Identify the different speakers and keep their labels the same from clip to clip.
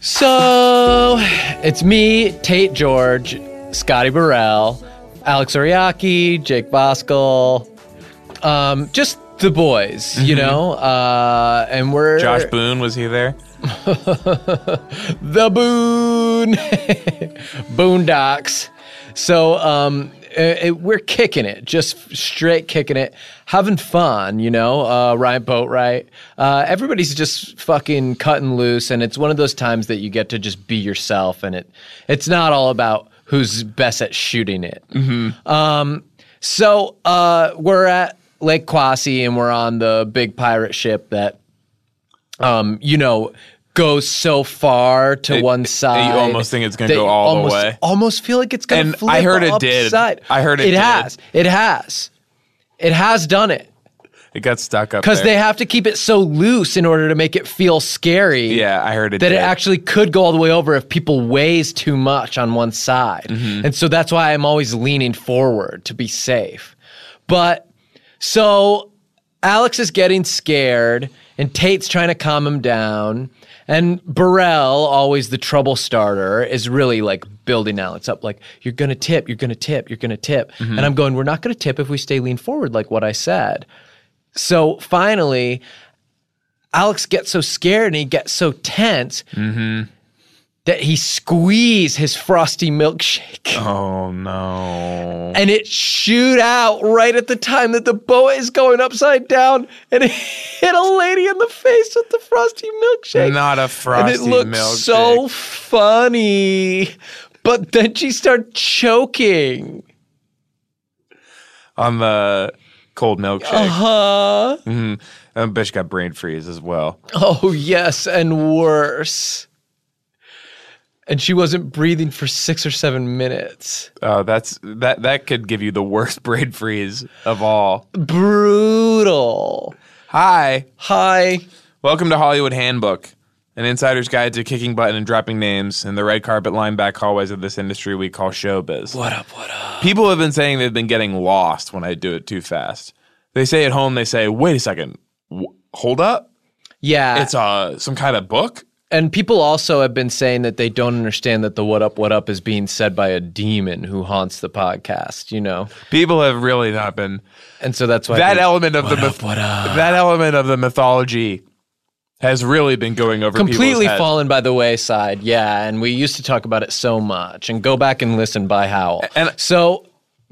Speaker 1: So it's me, Tate George, Scotty Burrell, Alex Ariaki, Jake Boskel, um, just the boys, you know. Uh, and we're
Speaker 2: Josh Boone was he there?
Speaker 1: the Boon Boondocks. So um, it, it- we're kicking it, just straight kicking it, having fun, you know. Uh, Ryan Boatwright. Uh, everybody's just fucking cutting loose, and it's one of those times that you get to just be yourself, and it it's not all about who's best at shooting it. So uh, we're at Lake Kwasi and we're on the big pirate ship that, um, you know, goes so far to
Speaker 2: It-
Speaker 1: one
Speaker 2: it- you
Speaker 1: side.
Speaker 2: almost think it's gonna
Speaker 1: that
Speaker 2: go
Speaker 1: you
Speaker 2: all the
Speaker 1: almost,
Speaker 2: way.
Speaker 1: Almost feel like it's gonna.
Speaker 2: And
Speaker 1: flip
Speaker 2: I heard it did.
Speaker 1: upside.
Speaker 2: I heard it
Speaker 1: It
Speaker 2: did.
Speaker 1: has. It has. It has done it
Speaker 2: It got stuck up
Speaker 1: because
Speaker 2: there.
Speaker 1: they have to keep it so loose in order to make it feel scary.
Speaker 2: yeah, I heard it.
Speaker 1: That
Speaker 2: did.
Speaker 1: it actually could go all the way over if people weighs too much on one side. And so that's why I'm always leaning forward to be safe. But so Alex is getting scared and Tate's trying to calm him down. And Burrell, always the trouble starter, is really like building Alex up. Like, you're going to tip, you're going to tip, you're going to tip. And I'm going, we're not going to tip if we stay lean forward, like what I said. So finally, Alex gets so scared and he gets so tense
Speaker 2: Mm-hmm.
Speaker 1: that he squeezed his frosty milkshake
Speaker 2: Oh no!
Speaker 1: and it shoot out right at the time that the boa is going upside down and it hit a lady in the face with the frosty milkshake.
Speaker 2: Not a frosty
Speaker 1: And it looked so funny. But then she started choking.
Speaker 2: on the cold milkshake.
Speaker 1: Huh?
Speaker 2: And bitch got brain freeze as well.
Speaker 1: Uh-huh. Oh, yes, and worse. And she wasn't breathing for six or seven minutes.
Speaker 2: Uh, that's that that could give you the worst brain freeze of all.
Speaker 1: Brutal.
Speaker 2: Hi,
Speaker 1: Hi.
Speaker 2: welcome to Hollywood Handbook, an insider's guide to kicking butt and dropping names in the red carpet line back hallways of this industry we call showbiz.
Speaker 1: What up, what up?
Speaker 2: People have been saying they've been getting lost when I do it too fast. They say at home, they say, "Wait a second, w- hold up,
Speaker 1: Yeah.
Speaker 2: it's uh some kind of book."
Speaker 1: and people also have been saying that they don't understand that the what up, what up is being said by a demon who haunts the podcast, you know?
Speaker 2: People have really not been
Speaker 1: And so that's why.
Speaker 2: that
Speaker 1: we-
Speaker 2: element of the
Speaker 1: What
Speaker 2: myth-
Speaker 1: up, what up?
Speaker 2: that element of the mythology has really been going over people's
Speaker 1: completely
Speaker 2: heads.
Speaker 1: fallen by the wayside. Yeah, and we used to talk about it so much. And go back and listen by Howl.
Speaker 2: And-
Speaker 1: so,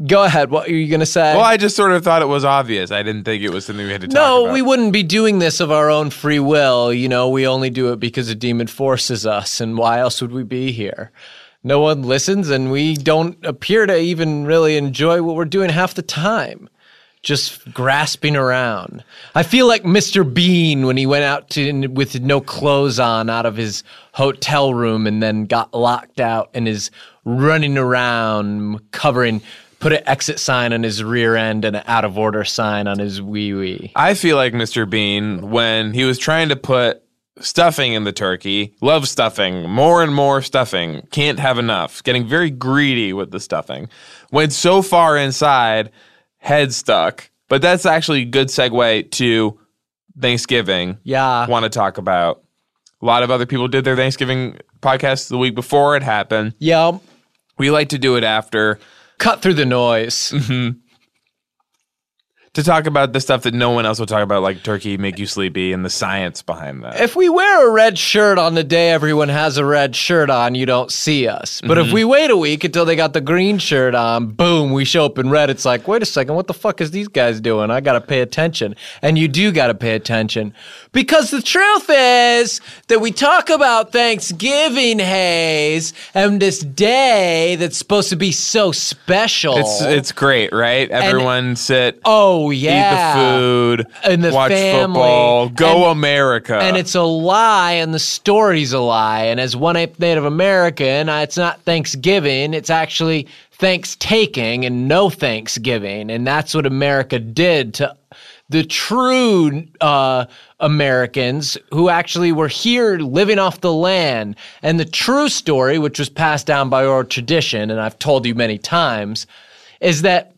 Speaker 1: go ahead. What are you gonna say?
Speaker 2: Well, I just sort of thought it was obvious. I didn't think it was something we had to talk
Speaker 1: no,
Speaker 2: about.
Speaker 1: we wouldn't be doing this of our own free will. You know, we only do it because a demon forces us, and why else would we be here? No one listens, and we don't appear to even really enjoy what we're doing half the time. Just grasping around. I feel like Mr. Bean when he went out to with no clothes on out of his hotel room and then got locked out and is running around covering, put an exit sign on his rear end and an out of order sign on his wee wee.
Speaker 2: I feel like Mr. Bean when he was trying to put stuffing in the turkey, love stuffing, more and more stuffing, can't have enough, getting very greedy with the stuffing, went so far inside, head stuck. But that's actually a good segue to Thanksgiving.
Speaker 1: Yeah.
Speaker 2: Want to talk about. A lot of other people did their Thanksgiving podcast the week before it happened.
Speaker 1: Yeah. um,
Speaker 2: We like to do it after.
Speaker 1: Cut through the noise.
Speaker 2: to talk about the stuff that no one else will talk about, like turkey make you sleepy and the science behind that.
Speaker 1: If we wear a red shirt on the day everyone has a red shirt on, you don't see us. But
Speaker 2: Mm-hmm.
Speaker 1: if we wait a week until they got the green shirt on, boom, we show up in red. It's like, wait a second, what the fuck is these guys doing? I gotta pay attention. And you do gotta pay attention. Because the truth is that we talk about Thanksgiving haze and this day that's supposed to be so special.
Speaker 2: It's it's great, right? Everyone sit,
Speaker 1: oh
Speaker 2: eat the
Speaker 1: yeah.
Speaker 2: food,
Speaker 1: And the
Speaker 2: watch
Speaker 1: family.
Speaker 2: football, go
Speaker 1: And-
Speaker 2: America.
Speaker 1: and it's a lie, and the story's a lie. And as one ape Native American, I- it's not Thanksgiving; it's actually thanks taking and no Thanksgiving, and that's what America did to the true uh, Americans who actually were here living off the land. And the true story, which was passed down by oral tradition, and I've told you many times, is that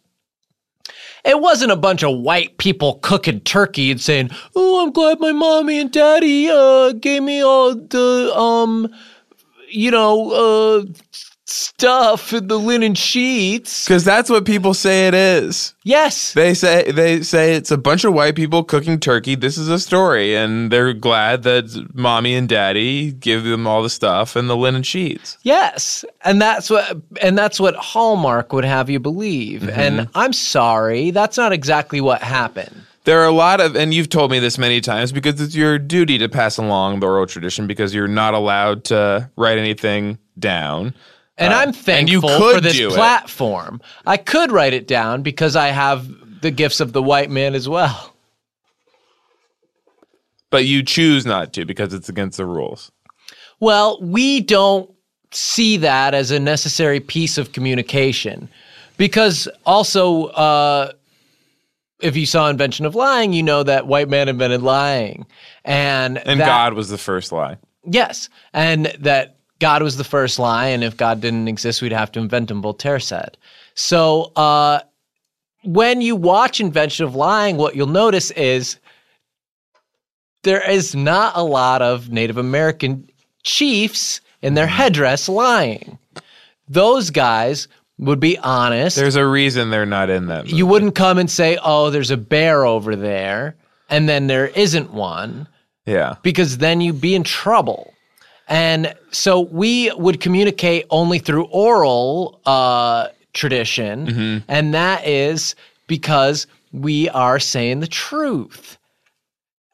Speaker 1: it wasn't a bunch of white people cooking turkey and saying, "Oh, I'm glad my mommy and daddy uh, gave me all the um you know, uh, stuff in the linen sheets.
Speaker 2: Because that's what people say it is.
Speaker 1: Yes.
Speaker 2: They say they say it's a bunch of white people cooking turkey. This is a story, and they're glad that mommy and daddy give them all the stuff and the linen sheets.
Speaker 1: Yes. And that's what and that's what Hallmark would have you believe.
Speaker 2: Mm-hmm.
Speaker 1: And I'm sorry, that's not exactly what happened.
Speaker 2: There are a lot of, and you've told me this many times because it's your duty to pass along the oral tradition because you're not allowed to write anything down.
Speaker 1: And I'm
Speaker 2: Oh. and you
Speaker 1: thankful for
Speaker 2: could
Speaker 1: this
Speaker 2: do it.
Speaker 1: platform. I could write it down because I have the gifts of the white man as well.
Speaker 2: But you choose not to because it's against the rules.
Speaker 1: Well, we don't see that as a necessary piece of communication because also, uh, if you saw Invention of Lying, you know that white man invented lying. And,
Speaker 2: And
Speaker 1: that-
Speaker 2: God was the first lie.
Speaker 1: Yes. And that God was the first lie. And if God didn't exist, we'd have to invent him, Voltaire said. So uh, when you watch Invention of Lying, what you'll notice is there is not a lot of Native American chiefs in their headdress lying. Those guys would be honest.
Speaker 2: There's a reason they're not in that. Movie.
Speaker 1: you wouldn't come and say, oh, there's a bear over there, and then there isn't one
Speaker 2: yeah.
Speaker 1: because then you'd be in trouble. And so we would communicate only through oral uh, tradition,
Speaker 2: Mm-hmm.
Speaker 1: and that is because we are saying the truth.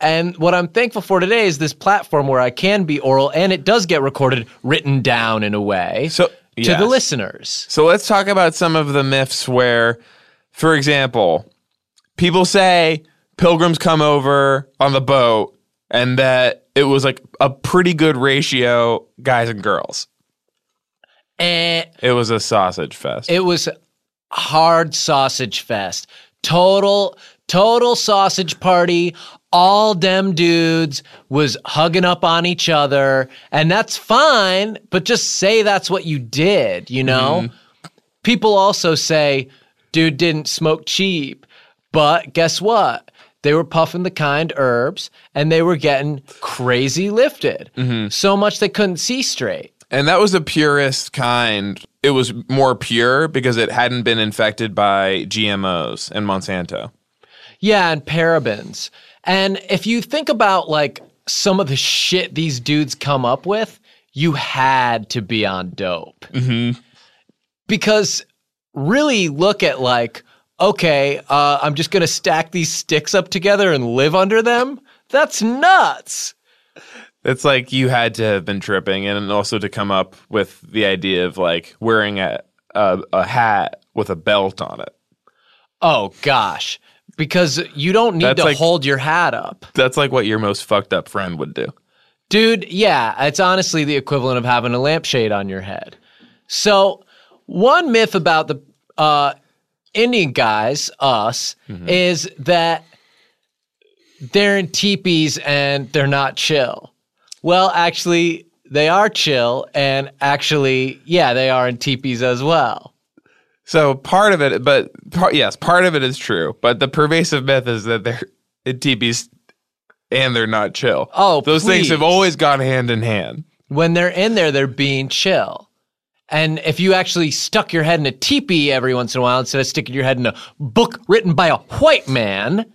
Speaker 1: And what I'm thankful for today is this platform where I can be oral and it does get recorded, written down in a way
Speaker 2: So
Speaker 1: to
Speaker 2: yes.
Speaker 1: the listeners.
Speaker 2: So let's talk about some of the myths where, for example, people say pilgrims come over on the boat and that it was like a pretty good ratio guys and girls.
Speaker 1: And
Speaker 2: It was a sausage fest.
Speaker 1: It was hard sausage fest. Total, total sausage party. All them dudes was hugging up on each other, and that's fine. But just say that's what you did, you know. People also say, "Dude didn't smoke cheap," but guess what? They were puffing the kind herbs, and they were getting crazy lifted. So much they couldn't see straight.
Speaker 2: and that was the purest kind. It was more pure because it hadn't been infected by GMOs and Monsanto.
Speaker 1: Yeah, and parabens. And if you think about like some of the shit these dudes come up with, you had to be on dope.
Speaker 2: Mm-hmm.
Speaker 1: Because really look at like, okay, uh, I'm just going to stack these sticks up together and live under them. That's nuts.
Speaker 2: It's like you had to have been tripping, and also to come up with the idea of like wearing a a, a hat with a belt on it.
Speaker 1: Oh, gosh. Because you don't need
Speaker 2: That's
Speaker 1: to
Speaker 2: like-
Speaker 1: hold your hat up.
Speaker 2: That's like what your most fucked up friend would do.
Speaker 1: Dude, yeah, it's honestly the equivalent of having a lampshade on your head. So, one myth about the uh, Indian guys, us, is that they're in teepees and they're not chill. Well, actually, they are chill, and actually, yeah, they are in teepees as well.
Speaker 2: So part of it, but part, yes, part of it is true. But the pervasive myth is that they're teepees and they're not chill.
Speaker 1: Oh,
Speaker 2: those things have
Speaker 1: please.
Speaker 2: always gone hand in hand.
Speaker 1: When they're in there, they're being chill. And if you actually stuck your head in a teepee every once in a while instead of sticking your head in a book written by a white man,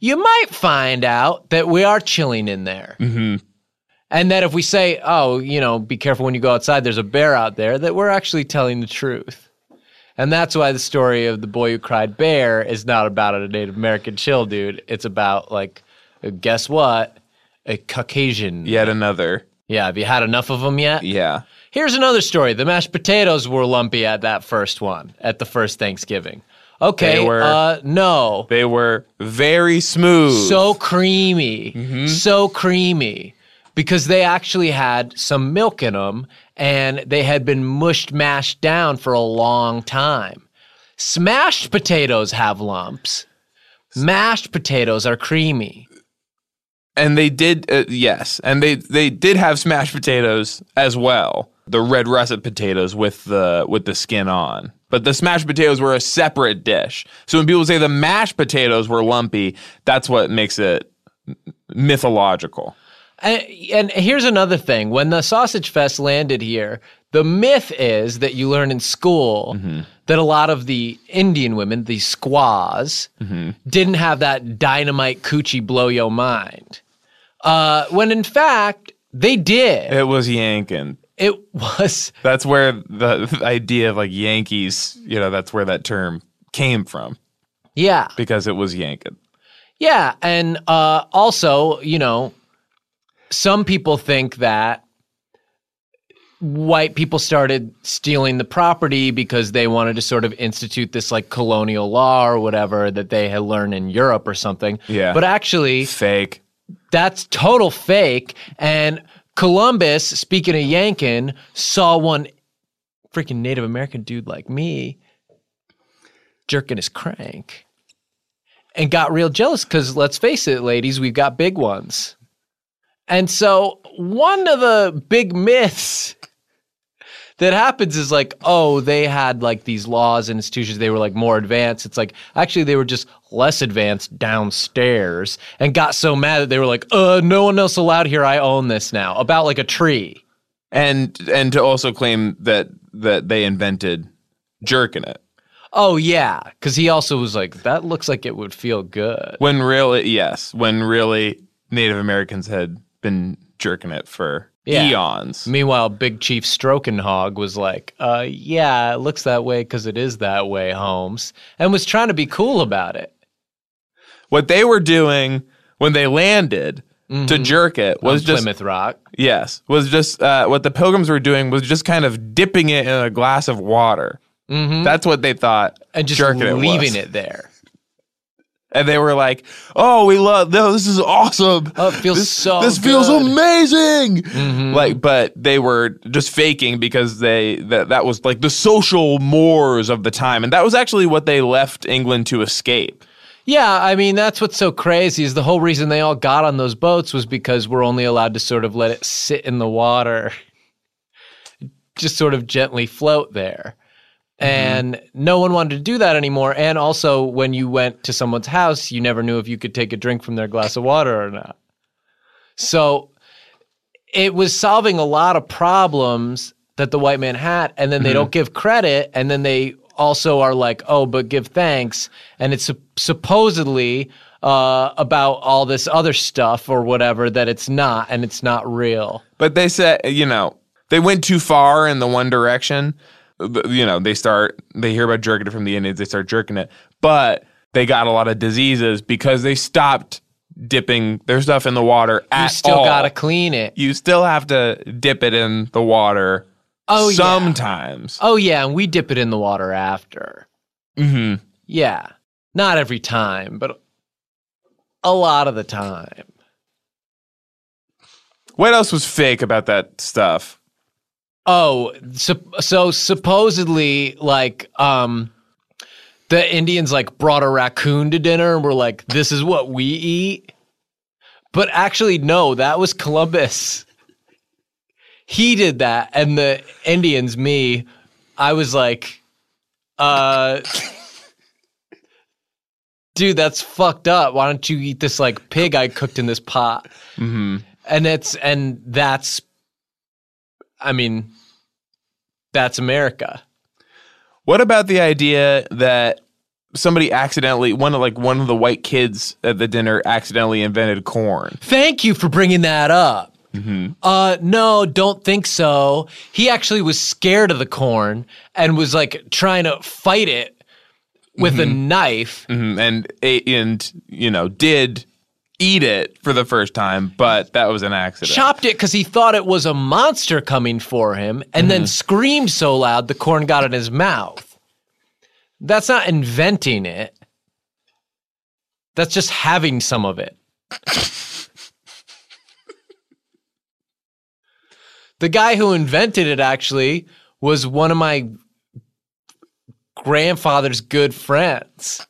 Speaker 1: you might find out that we are chilling in there. Mm-hmm. And that if we say, oh, you know, be careful when you go outside, there's a bear out there, that we're actually telling the truth. And that's why the story of the boy who cried bear is not about a Native American chill dude. It's about, like, guess what? A Caucasian.
Speaker 2: Yet another,
Speaker 1: Yeah. Have you had enough of them yet?
Speaker 2: yeah.
Speaker 1: Here's another story. The mashed potatoes were lumpy at that first one, at the first Thanksgiving. Okay.
Speaker 2: They were.
Speaker 1: Uh, no.
Speaker 2: They were very smooth.
Speaker 1: So creamy.
Speaker 2: Mm-hmm.
Speaker 1: So creamy. Because they actually had some milk in them and they had been mushed, mashed down for a long time. Smashed potatoes have lumps. Mashed potatoes are creamy.
Speaker 2: and they did uh, yes and they they did have smashed potatoes as well the red russet potatoes with the with the skin on but the smashed potatoes were a separate dish so when people say the mashed potatoes were lumpy that's what makes it mythological
Speaker 1: And, and here's another thing: when the sausage fest landed here, the myth is that you learn in school that a lot of the Indian women, the squaws, didn't have that dynamite coochie blow your mind. Uh, when in fact they did.
Speaker 2: It was yanking.
Speaker 1: It was
Speaker 2: That's where the, the idea of like Yankees, you know, that's where that term came from
Speaker 1: yeah.
Speaker 2: because it was yanking.
Speaker 1: Yeah, and uh, also, you know, some people think that white people started stealing the property because they wanted to sort of institute this like colonial law or whatever that they had learned in Europe or something.
Speaker 2: Yeah.
Speaker 1: But actually,
Speaker 2: Fake.
Speaker 1: that's total fake. And Columbus, speaking of Yankin, saw one freaking Native American dude like me jerking his crank and got real jealous because let's face it, ladies, we've got big ones. And so one of the big myths that happens is like, oh, they had like these laws and institutions, they were like more advanced. It's like actually they were just less advanced downstairs and got so mad that they were like, uh, no one else allowed here. I own this now. About like a tree.
Speaker 2: And and to also claim that that they invented jerking it.
Speaker 1: Oh yeah. Cause he also was like, that looks like it would feel good.
Speaker 2: When really yes, when really Native Americans had been jerking it for
Speaker 1: Yeah.
Speaker 2: eons.
Speaker 1: Meanwhile, Big Chief Strokenhog was like, uh, yeah, it looks that way because it is that way, Holmes, and was trying to be cool about it.
Speaker 2: What they were doing when they landed to jerk it was
Speaker 1: Mm-hmm. on
Speaker 2: just
Speaker 1: Plymouth Rock.
Speaker 2: yes, was just uh, what the pilgrims were doing was just kind of dipping it in a glass of water.
Speaker 1: Mm-hmm.
Speaker 2: That's what they thought
Speaker 1: And just
Speaker 2: jerking it was.
Speaker 1: leaving it, there.
Speaker 2: and they were like, "Oh, we love no, this is awesome.
Speaker 1: Oh, it feels
Speaker 2: this,
Speaker 1: so
Speaker 2: This feels
Speaker 1: good." Mm-hmm.
Speaker 2: amazing." Like, but they were just faking because they that that was like the social mores of the time, and that was actually what they left England to escape.
Speaker 1: Yeah, I mean, that's what's so crazy is the whole reason they all got on those boats was because we're only allowed to sort of let it sit in the water, just sort of gently float there. And no one wanted to do that anymore. And also, when you went to someone's house, you never knew if you could take a drink from their glass of water or not. So it was solving a lot of problems that the white man had. And
Speaker 2: Mm-hmm.
Speaker 1: then they don't give credit. And then they also are like, oh, but give thanks. And it's sup- supposedly uh, about all this other stuff or whatever that it's not. And it's not real.
Speaker 2: But they said, you know, they went too far in the one direction. Th- You know, they start, they hear about jerking it from the Indians, they start jerking it, but they got a lot of diseases because they stopped dipping their stuff in the water at
Speaker 1: You still
Speaker 2: all.
Speaker 1: got to clean it.
Speaker 2: you still have to dip it in the water
Speaker 1: Oh, yeah.
Speaker 2: sometimes.
Speaker 1: Oh yeah, and we dip it in the water after.
Speaker 2: hmm
Speaker 1: Yeah. Not every time, but a lot of the time.
Speaker 2: What else was fake about that stuff?
Speaker 1: Oh, so, so supposedly like um the Indians like brought a raccoon to dinner and were like this is what we eat. But actually no, that was Columbus. He did that and the Indians me I was like uh Dude, that's fucked up. Why don't you eat this like pig I cooked in this pot?
Speaker 2: Mhm.
Speaker 1: And it's and that's I mean, that's America.
Speaker 2: What about the idea that somebody accidentally, one of like one of the white kids at the dinner accidentally invented corn? Mm-hmm.
Speaker 1: Thank you for bringing that up. Uh, no, don't think so. He actually was scared of the corn and was like trying to fight it with a knife.
Speaker 2: Mhm, and ate and you know did eat it for the first time, but that was an accident.
Speaker 1: Chopped it because he thought it was a monster coming for him, and then screamed so loud the corn got in his mouth. That's not inventing it. That's just having some of it. the guy who invented it actually was one of my grandfather's good friends.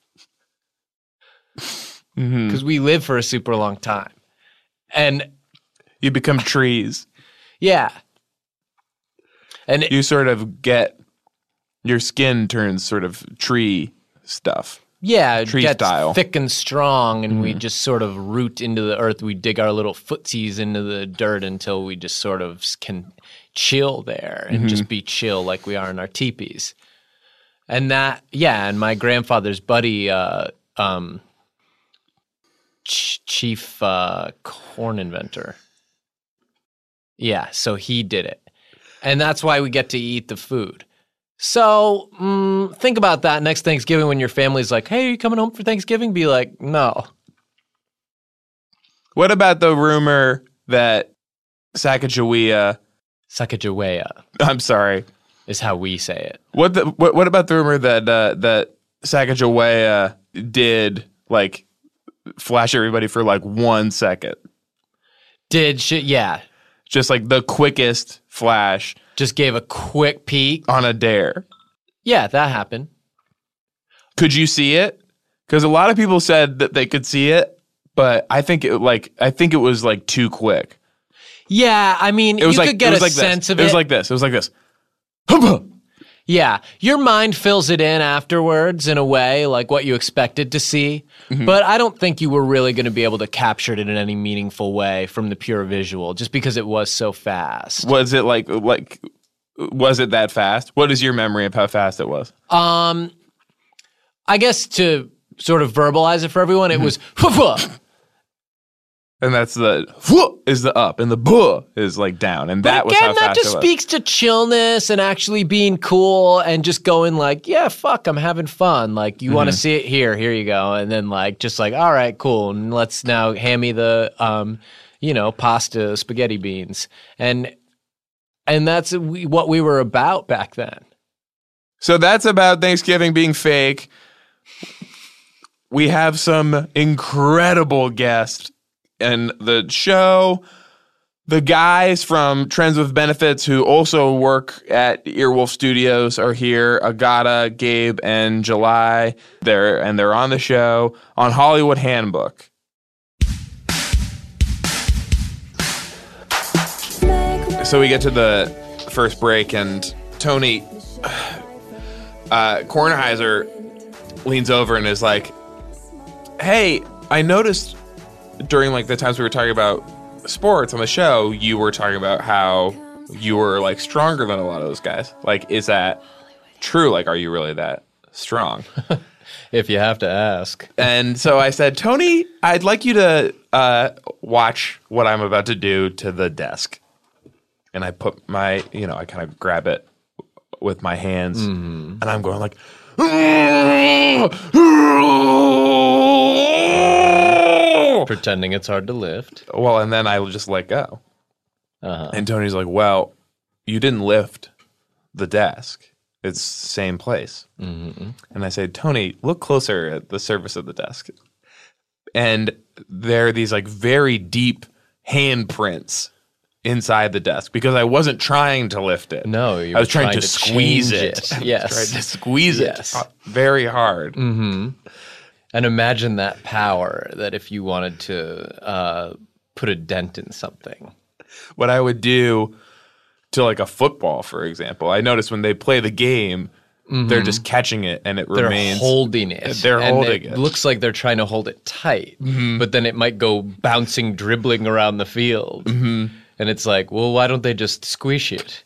Speaker 1: Because we lived for a super long time. And
Speaker 2: you become trees.
Speaker 1: yeah. And it,
Speaker 2: You sort of get your skin turns sort of tree stuff.
Speaker 1: yeah, it
Speaker 2: Tree
Speaker 1: gets
Speaker 2: style. Mm-hmm.
Speaker 1: thick and strong, and we just sort of root into the earth. We dig our little footsies into the dirt until we just sort of s- can chill there and
Speaker 2: Mm-hmm.
Speaker 1: just be chill like we are in our teepees. And that, yeah, and my grandfather's buddy, uh, um, ch- chief uh, corn inventor. Yeah, so he did it. And that's why we get to eat the food. So mm, think about that next Thanksgiving when your family's like, hey, are you coming home for Thanksgiving? Be like, no.
Speaker 2: What about the rumor that Sacagawea?
Speaker 1: Sacagawea
Speaker 2: I'm sorry.
Speaker 1: is how we say it.
Speaker 2: What the what, what about the rumor that uh, that Sacagawea did like flash everybody for like one second,
Speaker 1: Did she? Yeah.
Speaker 2: just like the quickest flash
Speaker 1: Just gave a quick peek.
Speaker 2: on a dare?
Speaker 1: Yeah, that happened.
Speaker 2: Could you see it? Because a lot of people said that they could see it, but I think it like I think it was like too quick.
Speaker 1: Yeah, I mean,
Speaker 2: It was
Speaker 1: you
Speaker 2: like
Speaker 1: could get
Speaker 2: it was
Speaker 1: a
Speaker 2: like
Speaker 1: sense
Speaker 2: this.
Speaker 1: of
Speaker 2: it
Speaker 1: it.
Speaker 2: was like this. It was like this. Humpa!
Speaker 1: yeah, your mind fills it in afterwards in a way, like what you expected to see.
Speaker 2: Mm-hmm.
Speaker 1: But I don't think you were really going to be able to capture it in any meaningful way from the pure visual, just because it was so fast.
Speaker 2: Was it like like was it that fast? What is your memory of how fast it was?
Speaker 1: Um, I guess to sort of verbalize it for everyone,
Speaker 2: Mm-hmm.
Speaker 1: it was "Hoo-hoo."
Speaker 2: And that's the "Whoa" is the up and the buh is like down. And that was
Speaker 1: again.
Speaker 2: how
Speaker 1: that
Speaker 2: fast
Speaker 1: just
Speaker 2: it was.
Speaker 1: speaks to chillness and actually being cool and just going like, yeah, fuck, I'm having fun. Like, you
Speaker 2: Mm-hmm.
Speaker 1: want to see it here? Here you go. And then like, just like, all right, cool. And let's now hand me the um, you know, pasta, spaghetti beans, and and that's we- what we were about back then.
Speaker 2: so that's about Thanksgiving being fake. We have some incredible guests in the show. The guys from Trends with Benefits who also work at Earwolf Studios are here. Agata, Gabe, and July. They're and they're on the show on Hollywood Handbook. So we get to the first break, and Tony uh, Kornheiser leans over and is like, "Hey, I noticed during like the times we were talking about sports on the show, you were talking about how you were like stronger than a lot of those guys. Like, is that true? Like, are you really that strong?"
Speaker 1: If you have to ask,
Speaker 2: And so I said, Tony, I'd like you to uh, watch what I'm about to do to the desk. And I put my, you know, I kind of grab it with my hands, and I'm going like,
Speaker 1: pretending it's hard to lift.
Speaker 2: well, and then I just let go.
Speaker 1: Uh-huh.
Speaker 2: And Tony's like, well, you didn't lift the desk. It's same place.
Speaker 1: Mm-hmm.
Speaker 2: And I say, Tony, look closer at the surface of the desk. And there are these like very deep handprints inside the desk because I wasn't trying to lift it.
Speaker 1: No, you
Speaker 2: I
Speaker 1: were
Speaker 2: was trying,
Speaker 1: trying
Speaker 2: to,
Speaker 1: to
Speaker 2: squeeze
Speaker 1: change
Speaker 2: it.
Speaker 1: it.
Speaker 2: I was
Speaker 1: Yes.
Speaker 2: trying to squeeze
Speaker 1: Yes.
Speaker 2: it very hard.
Speaker 1: And imagine that power that if you wanted to uh, put a dent in something.
Speaker 2: what I would do to like a football, for example. I notice when they play the game,
Speaker 1: Mm-hmm.
Speaker 2: they're just catching it and it
Speaker 1: They're
Speaker 2: remains.
Speaker 1: holding it.
Speaker 2: They're
Speaker 1: and
Speaker 2: holding it. Mm-hmm.
Speaker 1: Looks like they're trying to hold it tight, but then it might go bouncing, dribbling around the field.
Speaker 2: Mm-hmm.
Speaker 1: And it's like, well, why don't they just squish it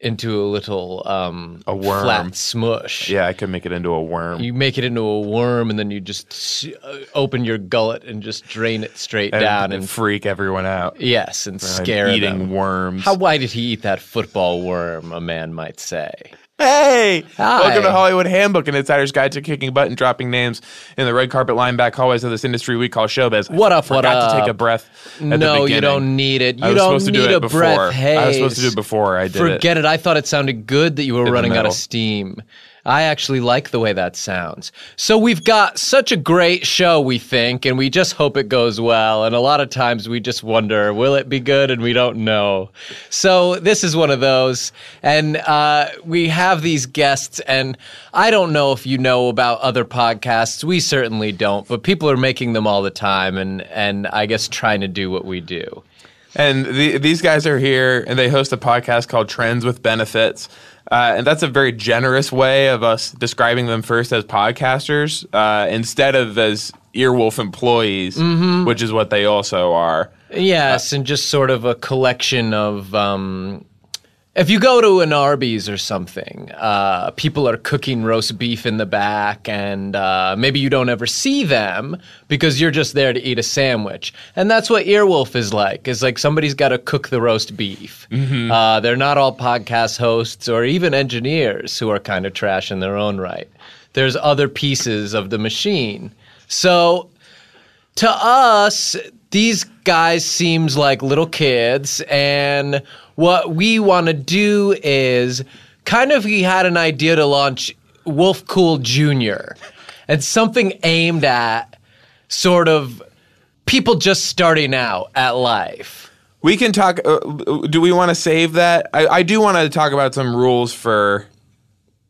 Speaker 1: into a little um,
Speaker 2: A worm.
Speaker 1: flat smush?
Speaker 2: yeah, I could make it into a worm.
Speaker 1: You make it into a worm, and then you just s- uh, open your gullet and just drain it straight
Speaker 2: and,
Speaker 1: down,
Speaker 2: and
Speaker 1: and
Speaker 2: freak everyone out.
Speaker 1: yes, and
Speaker 2: I'm
Speaker 1: scare
Speaker 2: eating
Speaker 1: them.
Speaker 2: worms.
Speaker 1: How why did he eat that football worm? A man might say.
Speaker 2: hey,
Speaker 1: Hi.
Speaker 2: welcome to Hollywood Handbook, an insider's guide to kicking butt and dropping names in the red carpet line back hallways of this industry we call showbiz. I
Speaker 1: What up, what
Speaker 2: Forgot to take
Speaker 1: up?
Speaker 2: a breath. at the
Speaker 1: No, you
Speaker 2: beginning.
Speaker 1: don't need it. You
Speaker 2: I was
Speaker 1: don't
Speaker 2: supposed to
Speaker 1: need
Speaker 2: do it
Speaker 1: a
Speaker 2: before.
Speaker 1: breath. Hey,
Speaker 2: I was supposed to do it before I did it.
Speaker 1: Forget it. I thought it sounded good that you were running out
Speaker 2: middle.
Speaker 1: of steam. I actually like the way that sounds. So we've got such a great show, we think, and we just hope it goes well. And a lot of times we just wonder, will it be good? And we don't know. So this is one of those. And uh, we have these guests, and I don't know if you know about other podcasts. We certainly don't, but people are making them all the time, and and I guess trying to do what we do.
Speaker 2: And the, these guys are here, and they host a podcast called Trends with Benefits. Uh, and that's a very generous way of us describing them first as podcasters uh, instead of as Earwolf employees,
Speaker 1: Mm-hmm.
Speaker 2: which is what they also are.
Speaker 1: Yes, and just sort of a collection of. Um, if you go to an Arby's or something, uh, people are cooking roast beef in the back, and uh, maybe you don't ever see them because you're just there to eat a sandwich. And that's what Earwolf is like. Is like somebody's got to cook the roast beef. Uh, they're not all podcast hosts or even engineers who are kind of trash in their own right. There's other pieces of the machine. So to us, these guys seems like little kids, and what we want to do is kind of he had an idea to launch Wolf Cool Junior, and something aimed at sort of people just starting out at life.
Speaker 2: We can talk. Uh, do we want to save that? I, I do want to talk about some rules for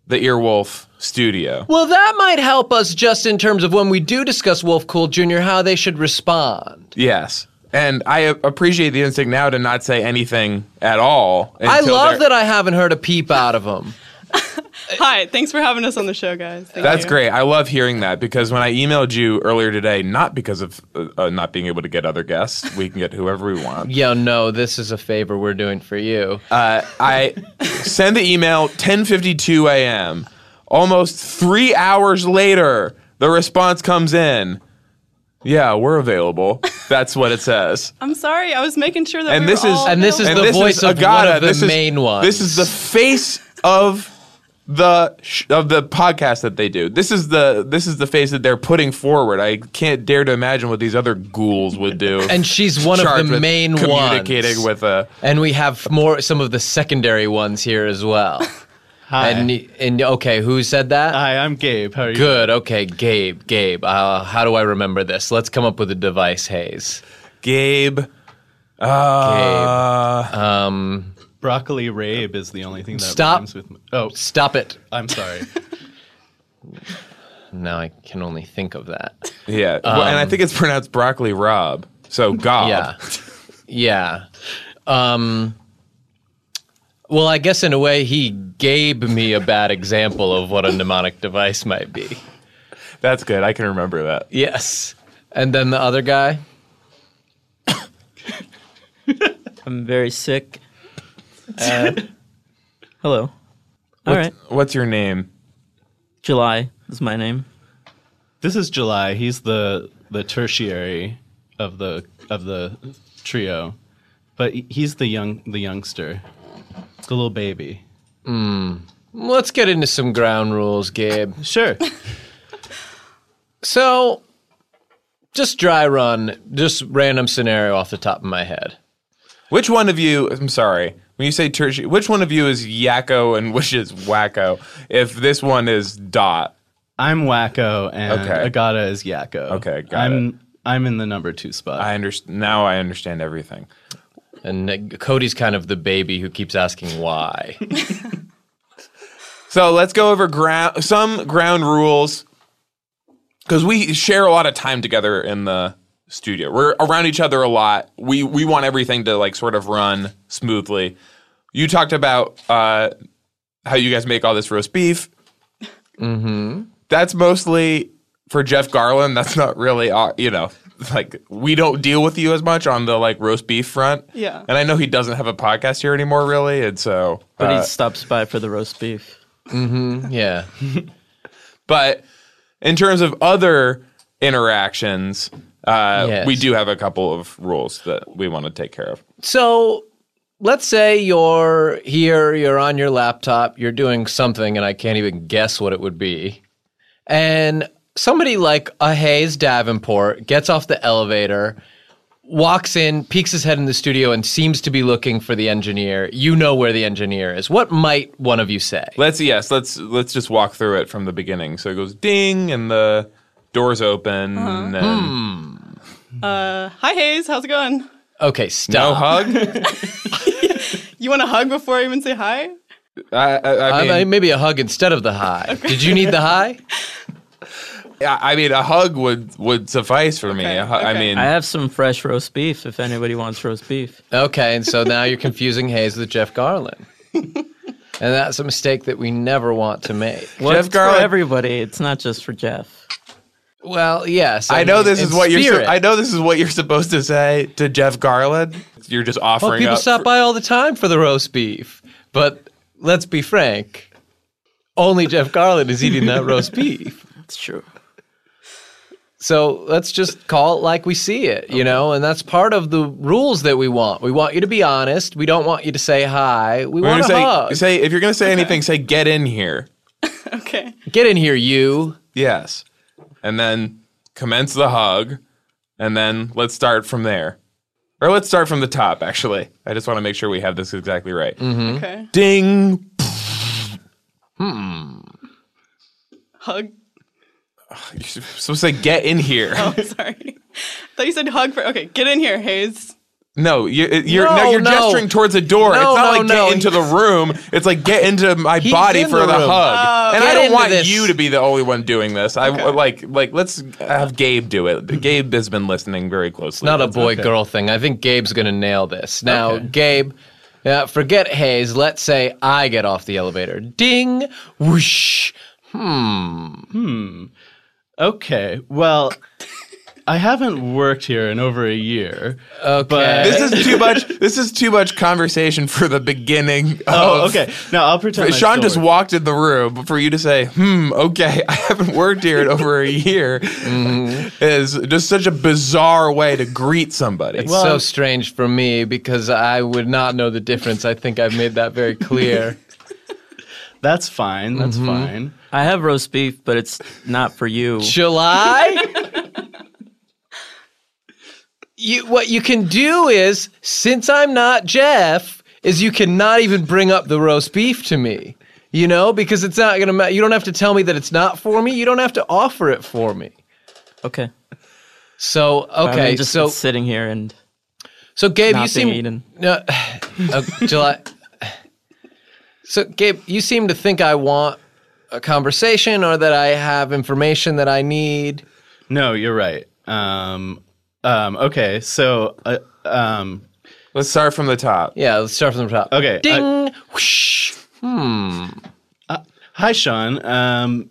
Speaker 2: the Earwolf studio.
Speaker 1: Well, that might help us just in terms of when we do discuss Wolf Cool Junior, how they should respond.
Speaker 2: Yes. And I a- appreciate the instinct now to not say anything at all.
Speaker 1: I
Speaker 2: until
Speaker 1: love
Speaker 2: they're-
Speaker 1: that I haven't heard a peep out of them.
Speaker 3: Hi, thanks for having us on the show, guys. Thank
Speaker 2: That's
Speaker 3: you.
Speaker 2: great. I love hearing that because when I emailed you earlier today, not because of uh, uh, not being able to get other guests, we can get whoever we want.
Speaker 1: Yo, no, this is a favor we're doing for you.
Speaker 2: Uh, I send the email 10:52 a.m. Almost three hours later, the response comes in. Yeah, we're available. That's what it says.
Speaker 3: I'm sorry, I was making sure that
Speaker 2: And
Speaker 3: we
Speaker 2: this
Speaker 3: were
Speaker 2: is-
Speaker 3: all
Speaker 1: And this is
Speaker 3: available.
Speaker 1: the voice of one of the
Speaker 2: this is-
Speaker 1: main ones.
Speaker 2: This is the face of the sh- of the podcast that they do. This is the this is the face that they're putting forward. I can't dare to imagine what these other ghouls would do.
Speaker 1: and she's one of
Speaker 2: charged
Speaker 1: the
Speaker 2: with
Speaker 1: main
Speaker 2: communicating
Speaker 1: ones.
Speaker 2: with uh, a
Speaker 1: and we have more some of the secondary ones here as well.
Speaker 4: Hi.
Speaker 1: And and okay, who said that?
Speaker 4: Hi, I'm Gabe. How are you?
Speaker 1: Good. Okay, Gabe. Gabe. Uh, how do I remember this? Let's come up with a device, Hayes.
Speaker 2: Gabe.
Speaker 1: Gabe.
Speaker 2: Uh,
Speaker 4: Broccoli rabe is the only thing that
Speaker 1: Stop.
Speaker 4: rhymes with. Oh,
Speaker 1: Stop it.
Speaker 4: I'm sorry.
Speaker 1: Now I can only think of that.
Speaker 2: yeah, Well, and I think it's pronounced broccoli Rob. So God.
Speaker 1: Um, Yeah. Yeah. Um well, I guess in a way he gave me a bad example of what a mnemonic device might be.
Speaker 2: That's good. I can remember that.
Speaker 1: Yes. And then the other guy?
Speaker 5: I'm very sick. Uh, hello. All
Speaker 2: What's,
Speaker 5: right.
Speaker 2: what's your name?
Speaker 5: July is my name.
Speaker 4: this is July. He's the the tertiary of the of the trio, but he- he's the young the youngster, the little baby.
Speaker 1: Let's get into some ground rules, Gabe.
Speaker 4: Sure.
Speaker 1: So, just dry run, just random scenario off the top of my head.
Speaker 2: Which one of you? I'm sorry. When you say tertiary, which one of you is Yakko and which is Wacko? If this one is Dot,
Speaker 4: I'm Wacko, and
Speaker 2: Okay.
Speaker 4: Agata is Yakko.
Speaker 2: Okay, got
Speaker 4: I'm I'm in the number two spot.
Speaker 2: I understand. Now I understand everything.
Speaker 1: And uh, Cody's kind of the baby who keeps asking why.
Speaker 2: So let's go over ground some ground rules because we share a lot of time together in the studio. We're around each other a lot. We we want everything to like sort of run smoothly. You talked about uh, how you guys make all this roast beef. Mm-hmm. That's mostly for Jeff Garland. That's not really our, you know like we don't deal with you as much on the like roast beef front.
Speaker 3: Yeah.
Speaker 2: and I know he doesn't have a podcast here anymore, really, and so
Speaker 5: But
Speaker 2: uh,
Speaker 5: he stops by for the roast beef.
Speaker 1: yeah.
Speaker 2: But in terms of other interactions, uh,
Speaker 1: Yes.
Speaker 2: we do have a couple of rules that we want to take care of.
Speaker 1: So, let's say you're here, you're on your laptop, you're doing something, and I can't even guess what it would be. And somebody like a Hayes Davenport gets off the elevator, walks in, peeks his head in the studio, and seems to be looking for the engineer. You know where the engineer is. What might one of you say?
Speaker 2: Let's yes, let's let's just walk through it from the beginning. So it goes ding, and the doors open,
Speaker 3: Uh-huh.
Speaker 2: and
Speaker 1: Hmm.
Speaker 3: Uh, hi, Hayes, how's it going?
Speaker 1: Okay,
Speaker 2: no
Speaker 1: stop.
Speaker 2: hug.
Speaker 3: You want a hug before I even say hi?
Speaker 2: I, I, I
Speaker 1: I
Speaker 2: mean,
Speaker 1: maybe a hug instead of the high. Did you need the high?
Speaker 2: Yeah, I mean, a hug would would suffice for me.
Speaker 3: Okay,
Speaker 2: A hu- I
Speaker 3: okay.
Speaker 2: mean,
Speaker 5: I have some fresh roast beef if anybody wants roast beef.
Speaker 1: Okay, and so now you're confusing Hayes with Jeff Garland. And that's a mistake that we never want to make.
Speaker 5: Well, it's
Speaker 2: Garland-
Speaker 5: for everybody. It's not just for Jeff.
Speaker 1: Well, yes.
Speaker 2: I know
Speaker 1: mean,
Speaker 2: this
Speaker 1: in
Speaker 2: is what you're.
Speaker 1: spirit.
Speaker 2: su- I know this is what you're supposed to say to Jeff Garland. You're just offering.
Speaker 1: Well, people
Speaker 2: up
Speaker 1: stop by all the time for the roast beef, but let's be frank. Only Jeff Garland is eating that roast beef.
Speaker 5: It's true.
Speaker 1: So let's just call it like we see it, you know? And that's part of the rules that we want. We want you to be honest. We don't want you to say hi. We
Speaker 2: We're
Speaker 1: want a
Speaker 2: gonna say,
Speaker 1: hug.
Speaker 2: say if you're gonna say anything, say get in here.
Speaker 3: Okay.
Speaker 1: Get in here, you.
Speaker 2: Yes, and then commence the hug, and then let's start from there, or let's start from the top. Actually, I just want to make sure we have this exactly right.
Speaker 1: Mm-hmm.
Speaker 3: Okay.
Speaker 2: Ding.
Speaker 3: Hug.
Speaker 2: You're supposed to say get in here.
Speaker 3: Oh, sorry. thought you said hug for. Okay, get in here, Hayes.
Speaker 2: No, you, you're no,
Speaker 1: No,
Speaker 2: you're
Speaker 1: no.
Speaker 2: gesturing towards a door.
Speaker 1: No,
Speaker 2: it's not
Speaker 1: no,
Speaker 2: like
Speaker 1: no.
Speaker 2: get into the room. It's like get into my
Speaker 1: He's
Speaker 2: body
Speaker 1: in
Speaker 2: for
Speaker 1: the
Speaker 2: the,
Speaker 1: room. Oh,
Speaker 2: hug. and
Speaker 1: Get
Speaker 2: I don't
Speaker 1: into
Speaker 2: want
Speaker 1: this.
Speaker 2: you to be the only one doing this. I like like let's have Gabe do it. Gabe has been listening very closely.
Speaker 1: Not a boy girl thing. I think Gabe's going to nail this. Now, Gabe, uh, forget Hayes. Let's say I get off the elevator. Ding, whoosh.
Speaker 4: Okay. Well, I haven't worked here in over a year.
Speaker 1: Okay.
Speaker 2: This is too much. This is too much conversation for the beginning. Of,
Speaker 4: Oh, okay. No, I'll pretend. I
Speaker 2: Sean
Speaker 4: still
Speaker 2: just
Speaker 4: work.
Speaker 2: walked in the room for you to say, "Hmm, okay, I haven't worked here in over a year."
Speaker 1: Mm-hmm.
Speaker 2: Is just such a bizarre way to greet somebody.
Speaker 1: It's so strange for me because I would not know the difference. I think I've made that very clear.
Speaker 4: That's fine. That's fine.
Speaker 5: I have roast beef, but it's not for you.
Speaker 1: July? you, what you can do is, since I'm not Jeff, is you cannot even bring up the roast beef to me. You know, because it's not going to matter. You don't have to tell me that it's not for me. You don't have to offer it for me.
Speaker 5: Okay.
Speaker 1: So,
Speaker 5: I'm
Speaker 1: okay.
Speaker 5: just
Speaker 1: so,
Speaker 5: sitting here and
Speaker 1: So Gabe,
Speaker 5: not
Speaker 1: you seem
Speaker 5: being eaten.
Speaker 1: No, uh, July. So Gabe, you seem to think I want a conversation or that I have information that I need.
Speaker 4: No, you're right. Um, um, okay. So, uh, um,
Speaker 2: Let's start from the top.
Speaker 1: Yeah, let's start from the top.
Speaker 4: Okay, I-
Speaker 1: Ding. whoosh.
Speaker 4: hi, Sean. Um,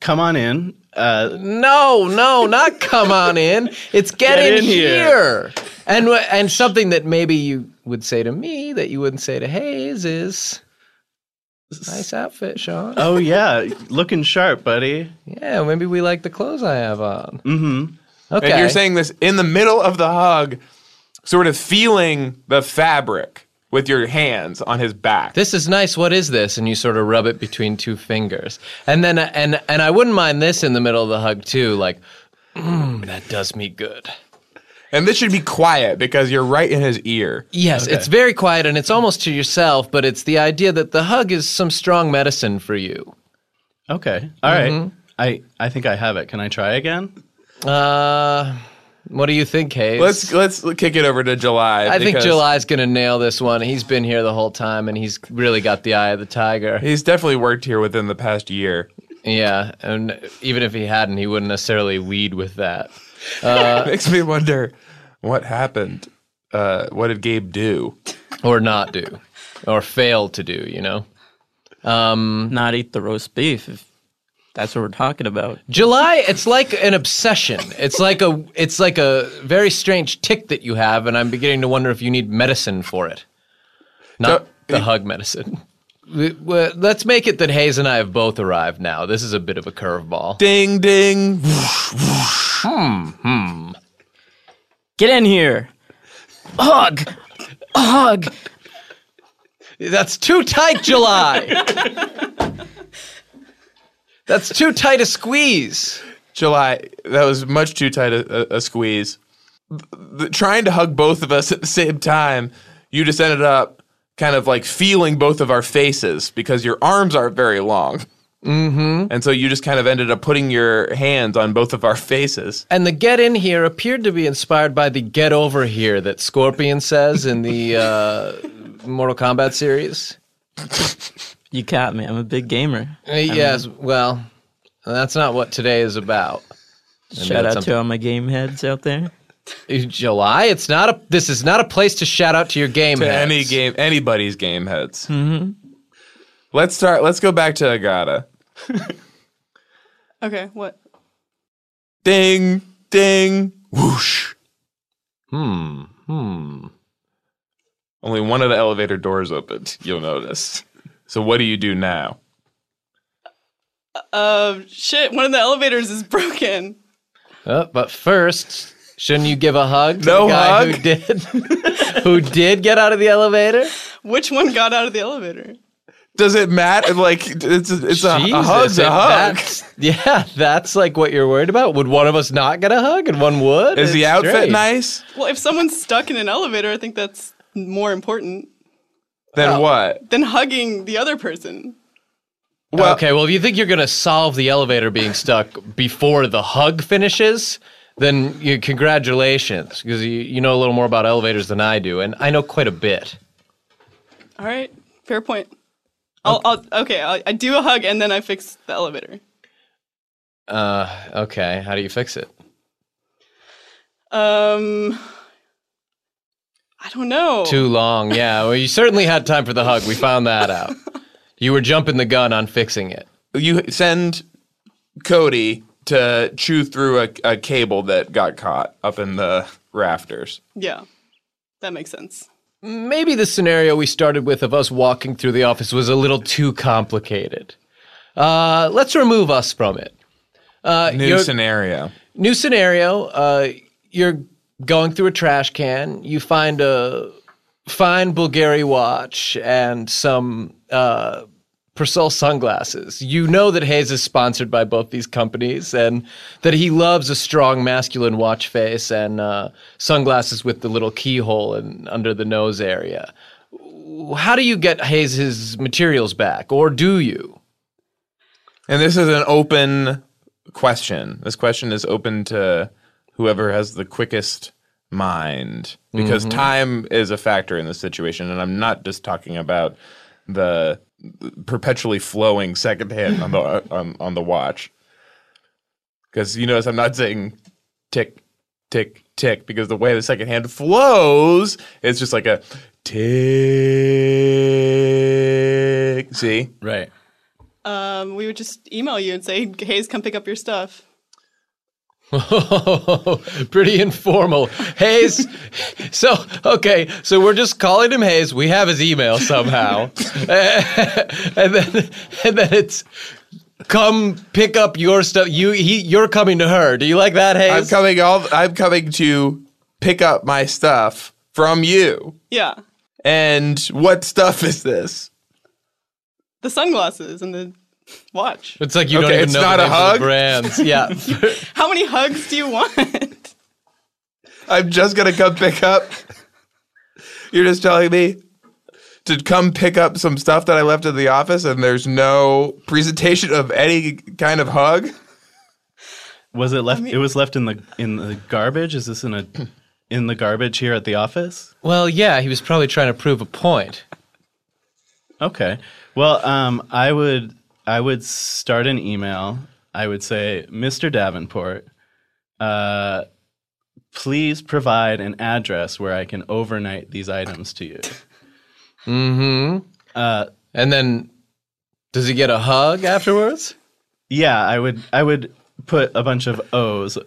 Speaker 4: come on in. Uh,
Speaker 1: No, no, not come on in. It's get, in,
Speaker 4: in
Speaker 1: here.
Speaker 4: here.
Speaker 1: And wh- and something that maybe you would say to me that you wouldn't say to Hayes is nice outfit, Sean.
Speaker 4: oh yeah, looking sharp, buddy.
Speaker 1: Yeah, maybe we like the clothes I have on. Mm-hmm. Okay.
Speaker 2: And you're saying this in the middle of the hug, sort of feeling the fabric with your hands on his back.
Speaker 1: this is nice what is this and you sort of rub it between two fingers and then and and i wouldn't mind this in the middle of the hug too like mm, that does me good
Speaker 2: and this should be quiet because you're right in his ear.
Speaker 1: yes it's very quiet and it's almost to yourself but it's the idea that the hug is some strong medicine for you
Speaker 4: Okay. All right. I I think I have it. Can I try again?
Speaker 1: uh what do you think hayes
Speaker 2: Let's let's kick it over to July.
Speaker 1: I think
Speaker 2: because
Speaker 1: July's gonna nail this one. He's been here the whole time, and he's really got the eye of the tiger.
Speaker 2: He's definitely worked here within the past year.
Speaker 1: Yeah, and even if he hadn't, he wouldn't necessarily lead with that.
Speaker 2: Makes me wonder what happened. Uh, what did Gabe do?
Speaker 1: or not do or fail to do you know
Speaker 5: not eat the roast beef if that's what we're talking about.
Speaker 1: july it's like an obsession it's like a it's like a very strange tick that you have and i'm beginning to wonder if you need medicine for it not
Speaker 2: No,
Speaker 1: the hug medicine We- we- let's make it that hayes and i have both arrived now this is a bit of a curveball
Speaker 2: Ding ding.
Speaker 5: Get in here. Hug. Hug.
Speaker 1: that's too tight july that's too tight a squeeze
Speaker 2: July, that was much too tight a, a, a squeeze. The, trying to hug both of us at the same time, you just ended up kind of like feeling both of our faces because your arms aren't very long. Mm-hmm. And so you just kind of ended up putting your hands on both of our faces.
Speaker 1: And the get in here appeared to be inspired by the get over here that Scorpion says in the uh, Mortal Kombat series.
Speaker 5: You got me. I'm a big gamer.
Speaker 1: Uh, yes, well, And that's not what today is about.
Speaker 5: Shout
Speaker 1: that's
Speaker 5: out to all my game heads out there.
Speaker 1: In July. It's not a. This is not a place to shout out to your game.
Speaker 2: to
Speaker 1: heads.
Speaker 2: any game, anybody's game heads. Let's start. Let's go back to Agata.
Speaker 3: Okay, what?
Speaker 2: Ding, ding, whoosh.
Speaker 1: Hmm. Hmm.
Speaker 2: Only one of the elevator doors opened. You'll notice. So what do you do now?
Speaker 3: Uh, shit, one of the elevators is broken.
Speaker 1: Oh, but first, shouldn't you give a hug to
Speaker 2: No
Speaker 1: the guy who
Speaker 2: hug.
Speaker 1: did who did get out of the elevator?
Speaker 3: Which one got out of the elevator?
Speaker 2: Does it matter? Like it's it's a, a
Speaker 1: Jesus,
Speaker 2: hug's
Speaker 1: it-
Speaker 2: a hug.
Speaker 1: that's- yeah, that's like what you're worried about. Would one of us not get a hug and one would?
Speaker 2: Is the
Speaker 1: It's
Speaker 2: outfit
Speaker 1: strange.
Speaker 2: nice?
Speaker 3: Well, if someone's stuck in an elevator, I think that's more important
Speaker 2: Then what?
Speaker 3: than hugging the other person.
Speaker 2: Well,
Speaker 1: okay, well, if you think you're going to solve the elevator being stuck before the hug finishes, then you, congratulations, because you, you know a little more about elevators than I do, and I know quite a bit.
Speaker 3: All right, fair point. I'll, I'll okay. I'll, I do a hug and then I fix the elevator.
Speaker 1: Uh, okay, how do you fix it?
Speaker 3: Um, I don't know.
Speaker 1: Too long, yeah. Well, you certainly had time for the hug. We found that out. You were jumping the gun on fixing it.
Speaker 2: you send Cody to chew through a, a cable that got caught up in the rafters.
Speaker 3: yeah, that makes sense.
Speaker 1: Maybe the scenario we started with of us walking through the office was a little too complicated. Uh, let's remove us from it. Uh,
Speaker 2: New
Speaker 1: you're-
Speaker 2: scenario.
Speaker 1: new scenario uh, you're going through a trash can you find a fine bulgari watch and some uh, Persol sunglasses. You know that Hayes is sponsored by both these companies and that he loves a strong masculine watch face and uh, sunglasses with the little keyhole and under the nose area. How do you get Hayes his materials back, or do you?
Speaker 2: And this is an open question. This question is open to whoever has the quickest mind because time is a factor in this situation. And I'm not just talking about the perpetually flowing second hand on the on, on the watch. Because you notice I'm not saying tick, tick, tick, because the way the second hand flows, it's just like a tick. See?
Speaker 4: Right.
Speaker 3: Um, we would just email you and say, "Hayes, come pick up your stuff."
Speaker 1: Pretty informal. Hayes. So, okay. So we're just calling him Hayes. We have his email somehow. and then and then it's come pick up your stuff. You he you're coming to her. Do you like that,
Speaker 2: I'm
Speaker 1: Hayes?
Speaker 2: coming all I'm coming to pick up my stuff from you.
Speaker 3: Yeah,
Speaker 2: And what stuff is this?
Speaker 3: the sunglasses and the watch.
Speaker 1: it's like you don't
Speaker 2: Okay,
Speaker 1: even
Speaker 2: it's
Speaker 1: know
Speaker 2: not
Speaker 1: the
Speaker 2: a
Speaker 1: names of the brands.
Speaker 2: hug?
Speaker 1: Yeah.
Speaker 3: How many hugs do you want?
Speaker 2: I'm just gonna come pick up. You're just telling me to come pick up some stuff that I left at the office and there's no presentation of any kind of hug.
Speaker 4: Was it left? it was left in the in the garbage. Is this in a in the garbage here at the office?
Speaker 1: well, yeah, he was probably trying to prove a point.
Speaker 4: Okay. Well, um, I would I would start an email. I would say, Mr. Davenport, uh, please provide an address where I can overnight these items to you.
Speaker 1: Mm-hmm.
Speaker 4: Uh,
Speaker 1: And then does he get a hug afterwards?
Speaker 4: yeah, I would I would put a bunch of O's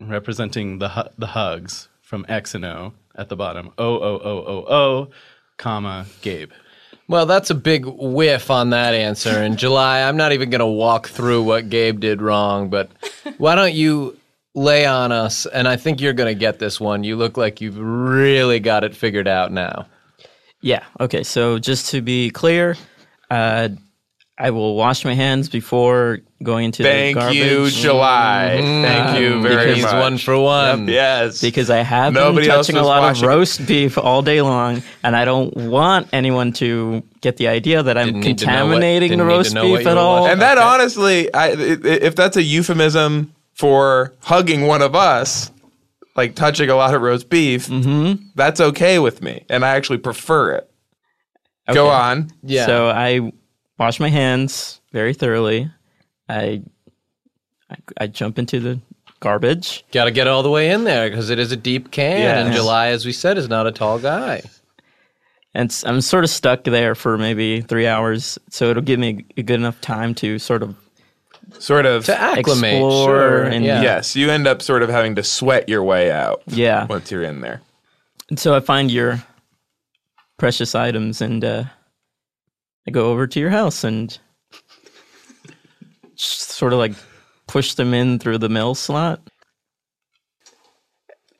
Speaker 4: representing the hu- the hugs from X and O at the bottom. O O O O O, comma Gabe.
Speaker 1: Well, that's a big whiff on that answer. In July, I'm not even going to walk through what Gabe did wrong, but why don't you lay on us? And I think you're going to get this one. You look like you've really got it figured out now.
Speaker 5: Yeah. Okay. So just to be clear, uh, I will wash my hands before going into
Speaker 2: Thank
Speaker 5: the garbage
Speaker 2: you, July. Thank you very
Speaker 1: He's
Speaker 2: much.
Speaker 1: Um, one for one.
Speaker 2: Yes.
Speaker 5: because I have
Speaker 2: Nobody
Speaker 5: been
Speaker 2: else
Speaker 5: touching a
Speaker 2: was
Speaker 5: lot
Speaker 2: washing.
Speaker 5: of roast beef all day long, and I don't want anyone to get the idea that I'm
Speaker 1: Didn't need to know what-
Speaker 5: contaminating
Speaker 1: didn't
Speaker 5: the
Speaker 1: need to
Speaker 5: roast
Speaker 1: know what
Speaker 5: beef
Speaker 1: you
Speaker 5: at
Speaker 1: were
Speaker 5: all.
Speaker 1: watching.
Speaker 2: And that honestly, I, i- i- if that's a euphemism for hugging one of us, like touching a lot of roast beef,
Speaker 1: Mm-hmm.
Speaker 2: that's okay with me. And I actually prefer it. Go
Speaker 5: Okay.
Speaker 2: on.
Speaker 1: Yeah.
Speaker 5: So I wash my hands very thoroughly. I I, I jump into the garbage.
Speaker 1: Got to get all the way in there because it is a deep can, and
Speaker 2: Yes.
Speaker 1: July, as we said, is not a tall guy.
Speaker 5: And s- I'm sort of stuck there for maybe three hours. So it'll give me a good enough time to sort of
Speaker 2: Sort of.
Speaker 1: To acclimate,
Speaker 5: Explore
Speaker 1: sure,
Speaker 5: and-
Speaker 1: yeah.
Speaker 2: Yes, you end up sort of having to sweat your way out.
Speaker 5: Yeah.
Speaker 2: Once you're in there.
Speaker 5: And so I find your precious items and uh, I go over to your house and sort of like push them in through the mail slot.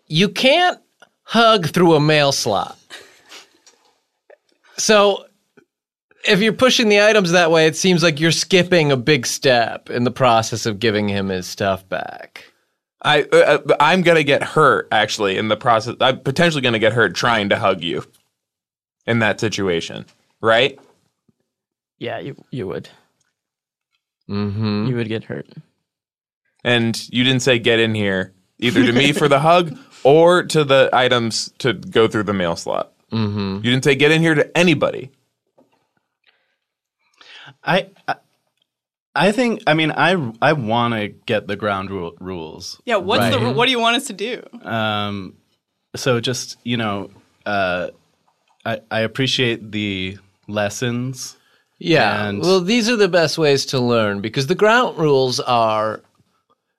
Speaker 1: You can't hug through a mail slot. So, if you're pushing the items that way, it seems like you're skipping a big step in the process of giving him his stuff back.
Speaker 2: I uh, uh, I'm gonna get hurt actually in the process. I'm potentially gonna get hurt trying to hug you in that situation, right?
Speaker 5: Yeah, you you would.
Speaker 1: Mm-hmm.
Speaker 5: You would get hurt.
Speaker 2: And you didn't say get in here either to me for the hug or to the items to go through the mail slot. Mm-hmm. You didn't say get in here to anybody.
Speaker 4: I, I I think I mean I I want to get the ground rule, rules.
Speaker 3: Yeah, what's the
Speaker 4: Right.
Speaker 3: ru- what do you want us to do?
Speaker 4: Um, so just you know, uh, I I appreciate the lessons.
Speaker 1: Yeah.
Speaker 4: And-
Speaker 1: well, these are the best ways to learn because the ground rules are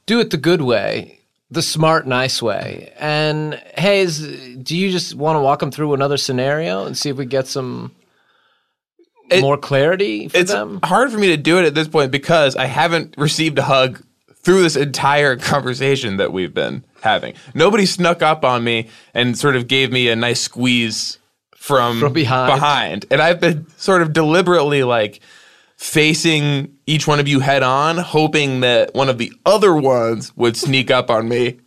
Speaker 1: do it the good way, the smart, nice way. And hey, is, do you just want to walk them through another scenario and see if we get some
Speaker 2: It-
Speaker 1: more clarity for
Speaker 2: It's
Speaker 1: them?
Speaker 2: hard for me to do it at this point because I haven't received a hug through this entire conversation that we've been having. Nobody snuck up on me and sort of gave me a nice squeeze from,
Speaker 1: From behind.
Speaker 2: behind. And I've been sort of deliberately like facing each one of you head on, hoping that one of the other ones would sneak up on me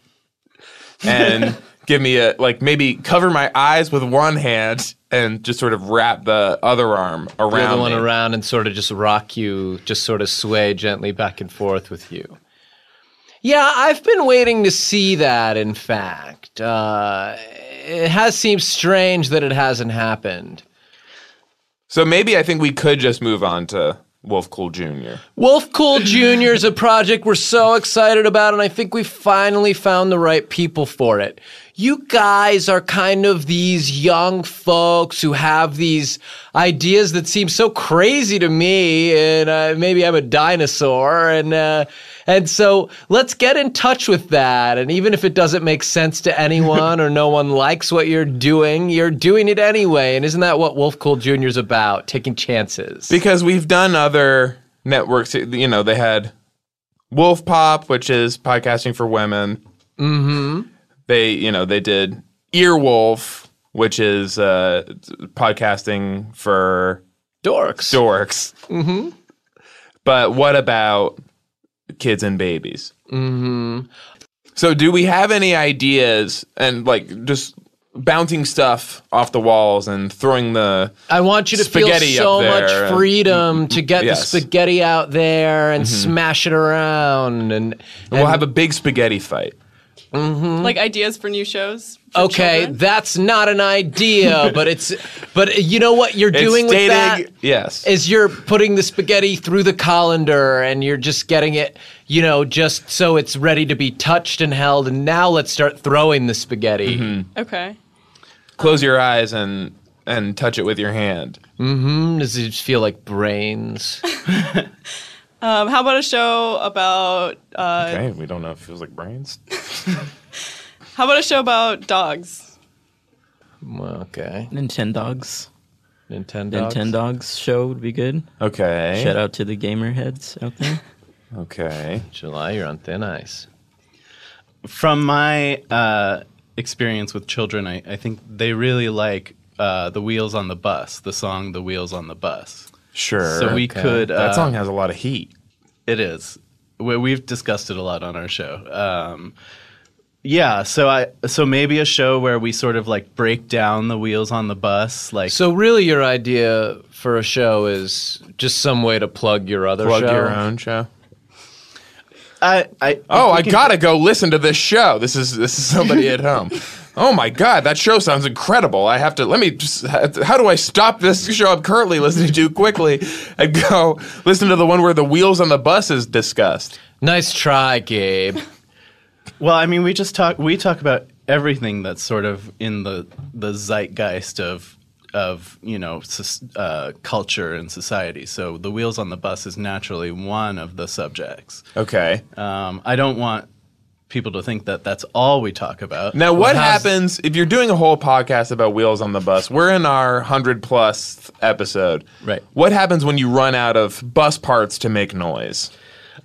Speaker 2: and give me a like maybe cover my eyes with one hand and just sort of wrap the other arm around
Speaker 1: the other one
Speaker 2: me.
Speaker 1: around and sort of just rock you, just sort of sway gently back and forth with you. Yeah, I've been waiting to see that, in fact. Uh, it has seemed strange that it hasn't happened.
Speaker 2: So maybe I think we could just move on to Wolf Cool Jr.
Speaker 1: Wolf Cool Jr. is a project we're so excited about, and I think we finally found the right people for it. You guys are kind of these young folks who have these ideas that seem so crazy to me, and uh, maybe I'm a dinosaur, and uh, and so let's get in touch with that. And even if it doesn't make sense to anyone or no one likes what you're doing, you're doing it anyway. And isn't that what Wolf Cool Jr. is about? Taking chances.
Speaker 2: Because we've done other networks, you know, they had Wolf Pop, which is podcasting for women. Mm-hmm. They, you know, they did Earwolf, which is uh, podcasting for
Speaker 1: Dorks.
Speaker 2: dorks. Mm-hmm. But what about kids and babies? Mm-hmm. So, do we have any ideas and like just bouncing stuff off the walls and throwing the
Speaker 1: I want you to
Speaker 2: spaghetti
Speaker 1: feel so
Speaker 2: up there
Speaker 1: much
Speaker 2: and- mm-hmm.
Speaker 1: freedom to get
Speaker 2: Yes. Mm-hmm.
Speaker 1: the spaghetti out there and smash it around and,
Speaker 2: we'll have a big spaghetti fight?
Speaker 3: Like ideas for new shows? for
Speaker 1: okay
Speaker 3: children?
Speaker 1: that's not an idea but it's but you know what you're doing with that
Speaker 2: yes.
Speaker 1: is you're putting the spaghetti through the colander and you're just getting it you know just so it's ready to be touched and held and now let's start throwing the spaghetti
Speaker 2: Mm-hmm.
Speaker 3: okay.
Speaker 2: Close your eyes and and touch it with your hand.
Speaker 1: Mm, does it feel like brains
Speaker 3: Um, how about a show about uh,
Speaker 2: Okay, we don't know if it feels like brains.
Speaker 3: how about a show about dogs?
Speaker 1: okay
Speaker 5: Nintendogs.
Speaker 1: nintendo
Speaker 5: Nintendogs show would be good.
Speaker 2: Okay.
Speaker 5: Shout out to the gamer heads out there.
Speaker 2: Okay.
Speaker 1: july you're on thin ice
Speaker 4: From my uh, experience with children, I, I think they really like uh, the Wheels on the Bus, the song "The Wheels on the Bus."
Speaker 2: Sure.
Speaker 4: So we
Speaker 1: Okay.
Speaker 4: could. Uh,
Speaker 2: that song has a lot of heat.
Speaker 4: It is. We, we've discussed it a lot on our show. Um, yeah, so I so maybe a show where we sort of like break down the wheels on the bus, like
Speaker 1: So really, your idea for a show is just some way to plug your other
Speaker 2: Plug
Speaker 1: show.
Speaker 2: your own show.
Speaker 4: I, I
Speaker 2: Oh, I gotta go listen to this show. This is this is somebody at home. Oh my god, that show sounds incredible. I have to let me just. How do I stop this show I'm currently listening to quickly and go listen to the one where the wheels on the bus is discussed?
Speaker 1: Nice try, Gabe.
Speaker 4: Well, I mean, we just talk. We talk about everything that's sort of in the the zeitgeist of of you know sus- uh, culture and society. So the wheels on the bus is naturally one of the subjects.
Speaker 2: Okay.
Speaker 4: Um, I don't want people to think that that's all we talk about.
Speaker 2: Now, what
Speaker 1: how's-
Speaker 2: happens if you're doing a whole podcast about wheels on the bus? We're in our 100 plus episode.
Speaker 4: Right.
Speaker 2: What happens when you run out of bus parts to make noise?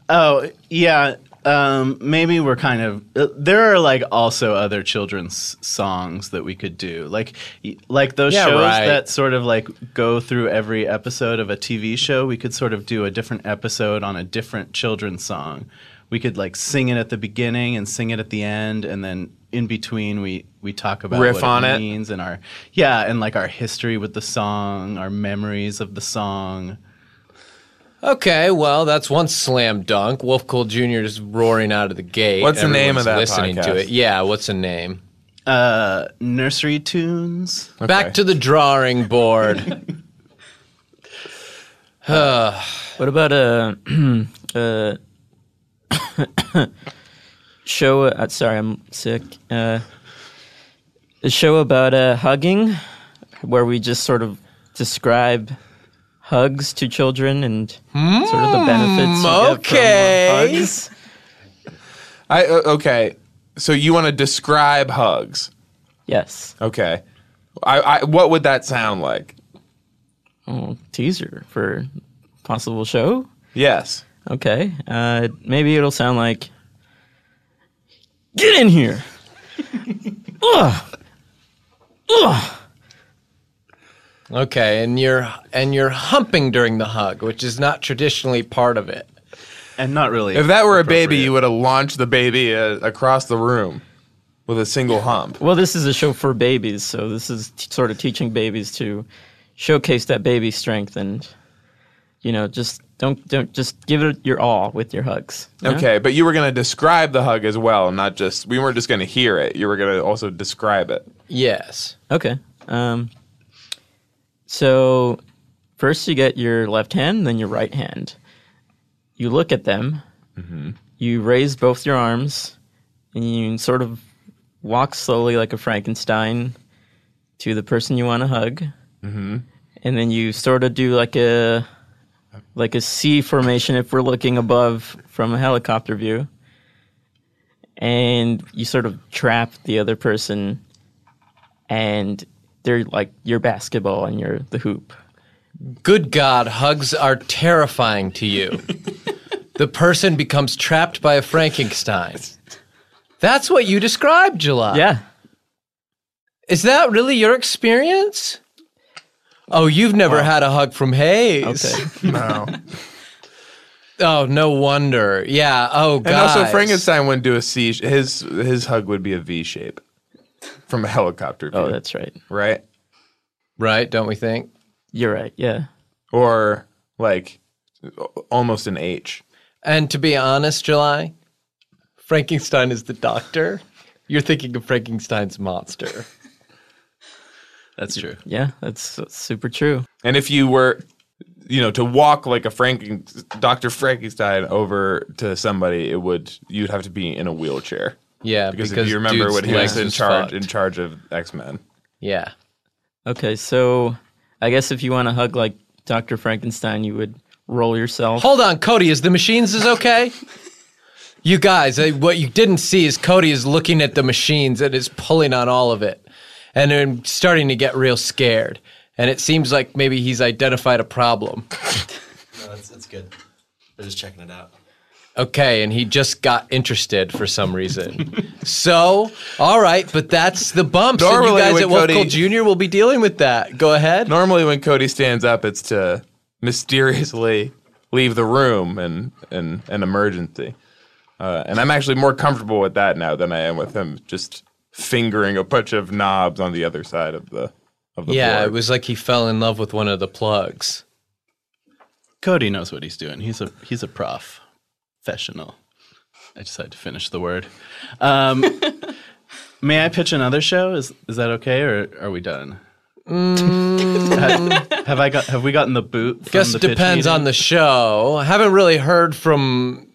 Speaker 4: Oh yeah, um, maybe we're kind of. Uh, there are like also other children's songs that we could do, like y- like those
Speaker 1: Yeah,
Speaker 4: shows
Speaker 1: right.
Speaker 4: that sort of like go through every episode of a TV show. We could sort of do a different episode on a different children's song. We could like sing it at the beginning and sing it at the end, and then in between we we talk about
Speaker 2: Riff
Speaker 4: what
Speaker 2: on
Speaker 4: it
Speaker 2: it.
Speaker 4: means and our yeah and like our history with the song, our memories of the song.
Speaker 1: Okay, well, that's one slam dunk. Wolf Cole Jr. is roaring out of the gate.
Speaker 2: What's the name of that
Speaker 1: Everyone's Listening to
Speaker 2: podcast?
Speaker 1: it, yeah. What's the name?
Speaker 4: Uh, nursery tunes.
Speaker 2: Okay.
Speaker 1: Back to the drawing board.
Speaker 5: What about a, a show? Uh, sorry, I'm sick. Uh, a show about uh, hugging, where we just sort of describe hugs to children and sort of the benefits. you get from, uh,
Speaker 1: okay.
Speaker 5: hugs.
Speaker 2: I, uh, okay. So you want to describe hugs.
Speaker 5: Yes.
Speaker 2: Okay. I, I, what would that sound like?
Speaker 5: Oh, teaser for possible show.
Speaker 2: Yes.
Speaker 5: Okay. Uh, maybe it'll sound like Get in here. Ugh. Ugh.
Speaker 1: okay, and you're and you're humping during the hug, which is not traditionally part of it.
Speaker 4: and not really.
Speaker 2: If that were a baby,
Speaker 4: appropriate.
Speaker 2: you would have launched the baby uh, across the room with a single hump.
Speaker 5: Well, this is a show for babies, so this is t- sort of teaching babies to showcase that baby strength and you know, just don't don't just give it your all with your hugs. you know?
Speaker 2: Okay, but you were going to describe the hug as well, not just we weren't just going to hear it. You were going to also describe it.
Speaker 1: Yes.
Speaker 5: Okay. Um, so first you get your left hand, then your right hand. You look at them. You raise both your arms, and you sort of walk slowly like a Frankenstein to the person you want to hug. And then you sort of do like a like a C formation if we're looking above from a helicopter view. And you sort of trap the other person and they're like your basketball and you're the hoop.
Speaker 1: Good God, hugs are terrifying to you. the person becomes trapped by a Frankenstein. That's what you described, July.
Speaker 5: Yeah.
Speaker 1: Is that really your experience? Oh, you've never had a hug from Hayes.
Speaker 5: Okay.
Speaker 2: No.
Speaker 1: Oh, no wonder. Yeah. Oh,
Speaker 2: and
Speaker 1: guys.
Speaker 2: also Frankenstein wouldn't do a C. sh- His his hug would be a V shape from a helicopter view,
Speaker 5: Oh, that's right.
Speaker 2: right?
Speaker 1: Right? Don't we think?
Speaker 5: You're right. Yeah.
Speaker 2: Or like o- almost an H.
Speaker 1: And to be honest, July, Frankenstein is the doctor. You're thinking of Frankenstein's monster.
Speaker 4: That's true.
Speaker 5: Yeah. That's, that's super true.
Speaker 2: And if you were, you know, to walk like a Franken Doctor Frankenstein over to somebody, it would you'd have to be in a wheelchair
Speaker 1: Yeah.
Speaker 2: because, if you remember
Speaker 1: dude's
Speaker 2: when he was
Speaker 1: legs
Speaker 2: in
Speaker 1: was
Speaker 2: charge
Speaker 1: fucked.
Speaker 2: in charge of X Men.
Speaker 1: yeah.
Speaker 5: Okay. So I guess if you want to hug like Dr. Frankenstein, you would roll yourself.
Speaker 1: Hold on, Cody. Is the machines is okay? you guys, uh, what you didn't see is Cody is looking at the machines and is pulling on all of it, and I'm starting to get real scared. And it seems like maybe he's identified a problem.
Speaker 6: No, that's, that's good. They're just checking it out.
Speaker 1: Okay, and he just got interested for some reason. so, all right, but that's the bumps. and
Speaker 2: Normally
Speaker 1: you guys
Speaker 2: when
Speaker 1: at Wolf
Speaker 2: Cody-
Speaker 1: Cole Jr. will be dealing with that. Go ahead.
Speaker 2: Normally, when Cody stands up, it's to mysteriously leave the room and and an emergency. Uh, and I'm actually more comfortable with that now than I am with him just fingering a bunch of knobs on the other side of the of the
Speaker 1: yeah,
Speaker 2: board.
Speaker 1: it was like he fell in love with one of the plugs.
Speaker 4: Cody knows what he's doing. He's a he's a prof, professional. I just had to finish the word. Um, may I pitch another show? Is is that okay, or are we done?
Speaker 2: Mm.
Speaker 4: have, have I got? Have we gotten the boot? From
Speaker 1: Guess
Speaker 4: the
Speaker 1: it
Speaker 4: pitch
Speaker 1: depends
Speaker 4: meeting?
Speaker 1: on the show. I haven't really heard from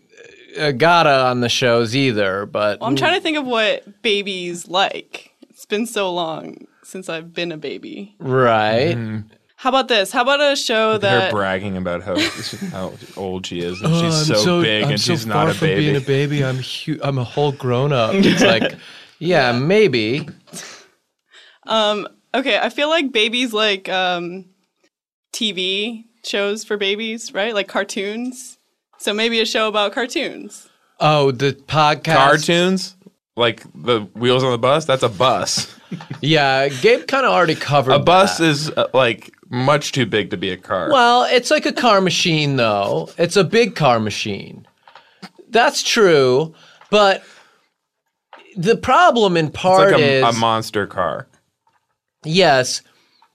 Speaker 1: uh, Gata on the shows either, but
Speaker 3: Well, I'm trying to think of what babies like. It's been so long since I've been a baby.
Speaker 1: right.
Speaker 2: Mm,
Speaker 3: How about this? How about a show
Speaker 2: Her
Speaker 3: that
Speaker 2: bragging about how, how old she is
Speaker 1: Oh,
Speaker 2: and she's so, big and she's not a baby.
Speaker 1: being a baby. I'm hu- I'm a whole grown up. It's like, yeah, maybe.
Speaker 3: um, Okay, I feel like babies like um, TV shows for babies, right? Like cartoons. So maybe a show about cartoons.
Speaker 1: Oh, the podcast.
Speaker 2: Cartoons? Like the wheels on the bus? That's a bus.
Speaker 1: Yeah, Gabe kind of already covered
Speaker 2: A bus
Speaker 1: that.
Speaker 2: is uh, like much too big to be a car.
Speaker 1: Well, it's like a car machine, though. It's a big car machine. That's true, but the problem in
Speaker 2: it's
Speaker 1: part
Speaker 2: like a, a
Speaker 1: is
Speaker 2: monster car.
Speaker 1: yes,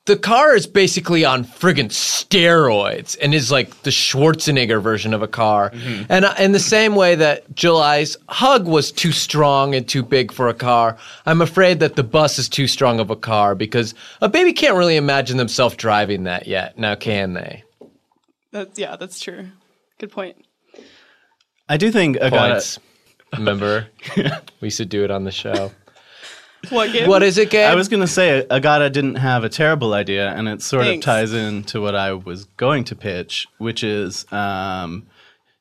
Speaker 1: the car is basically on friggin' steroids and is like the Schwarzenegger version of a car.
Speaker 4: Mm-hmm.
Speaker 1: And uh, in the same way that July's hug was too strong and too big for a car, I'm afraid that the bus is too strong of a car because a baby can't really imagine themselves driving that yet. Now, can they?
Speaker 3: That's yeah, that's true. Good point.
Speaker 4: I do think I got
Speaker 1: points. Remember, we used to do it on the show.
Speaker 3: What game?
Speaker 1: What is it, Gabe?
Speaker 4: I was going to say Agata didn't have a terrible idea, and it sort
Speaker 3: Thanks.
Speaker 4: of ties into what I was going to pitch, which is, um,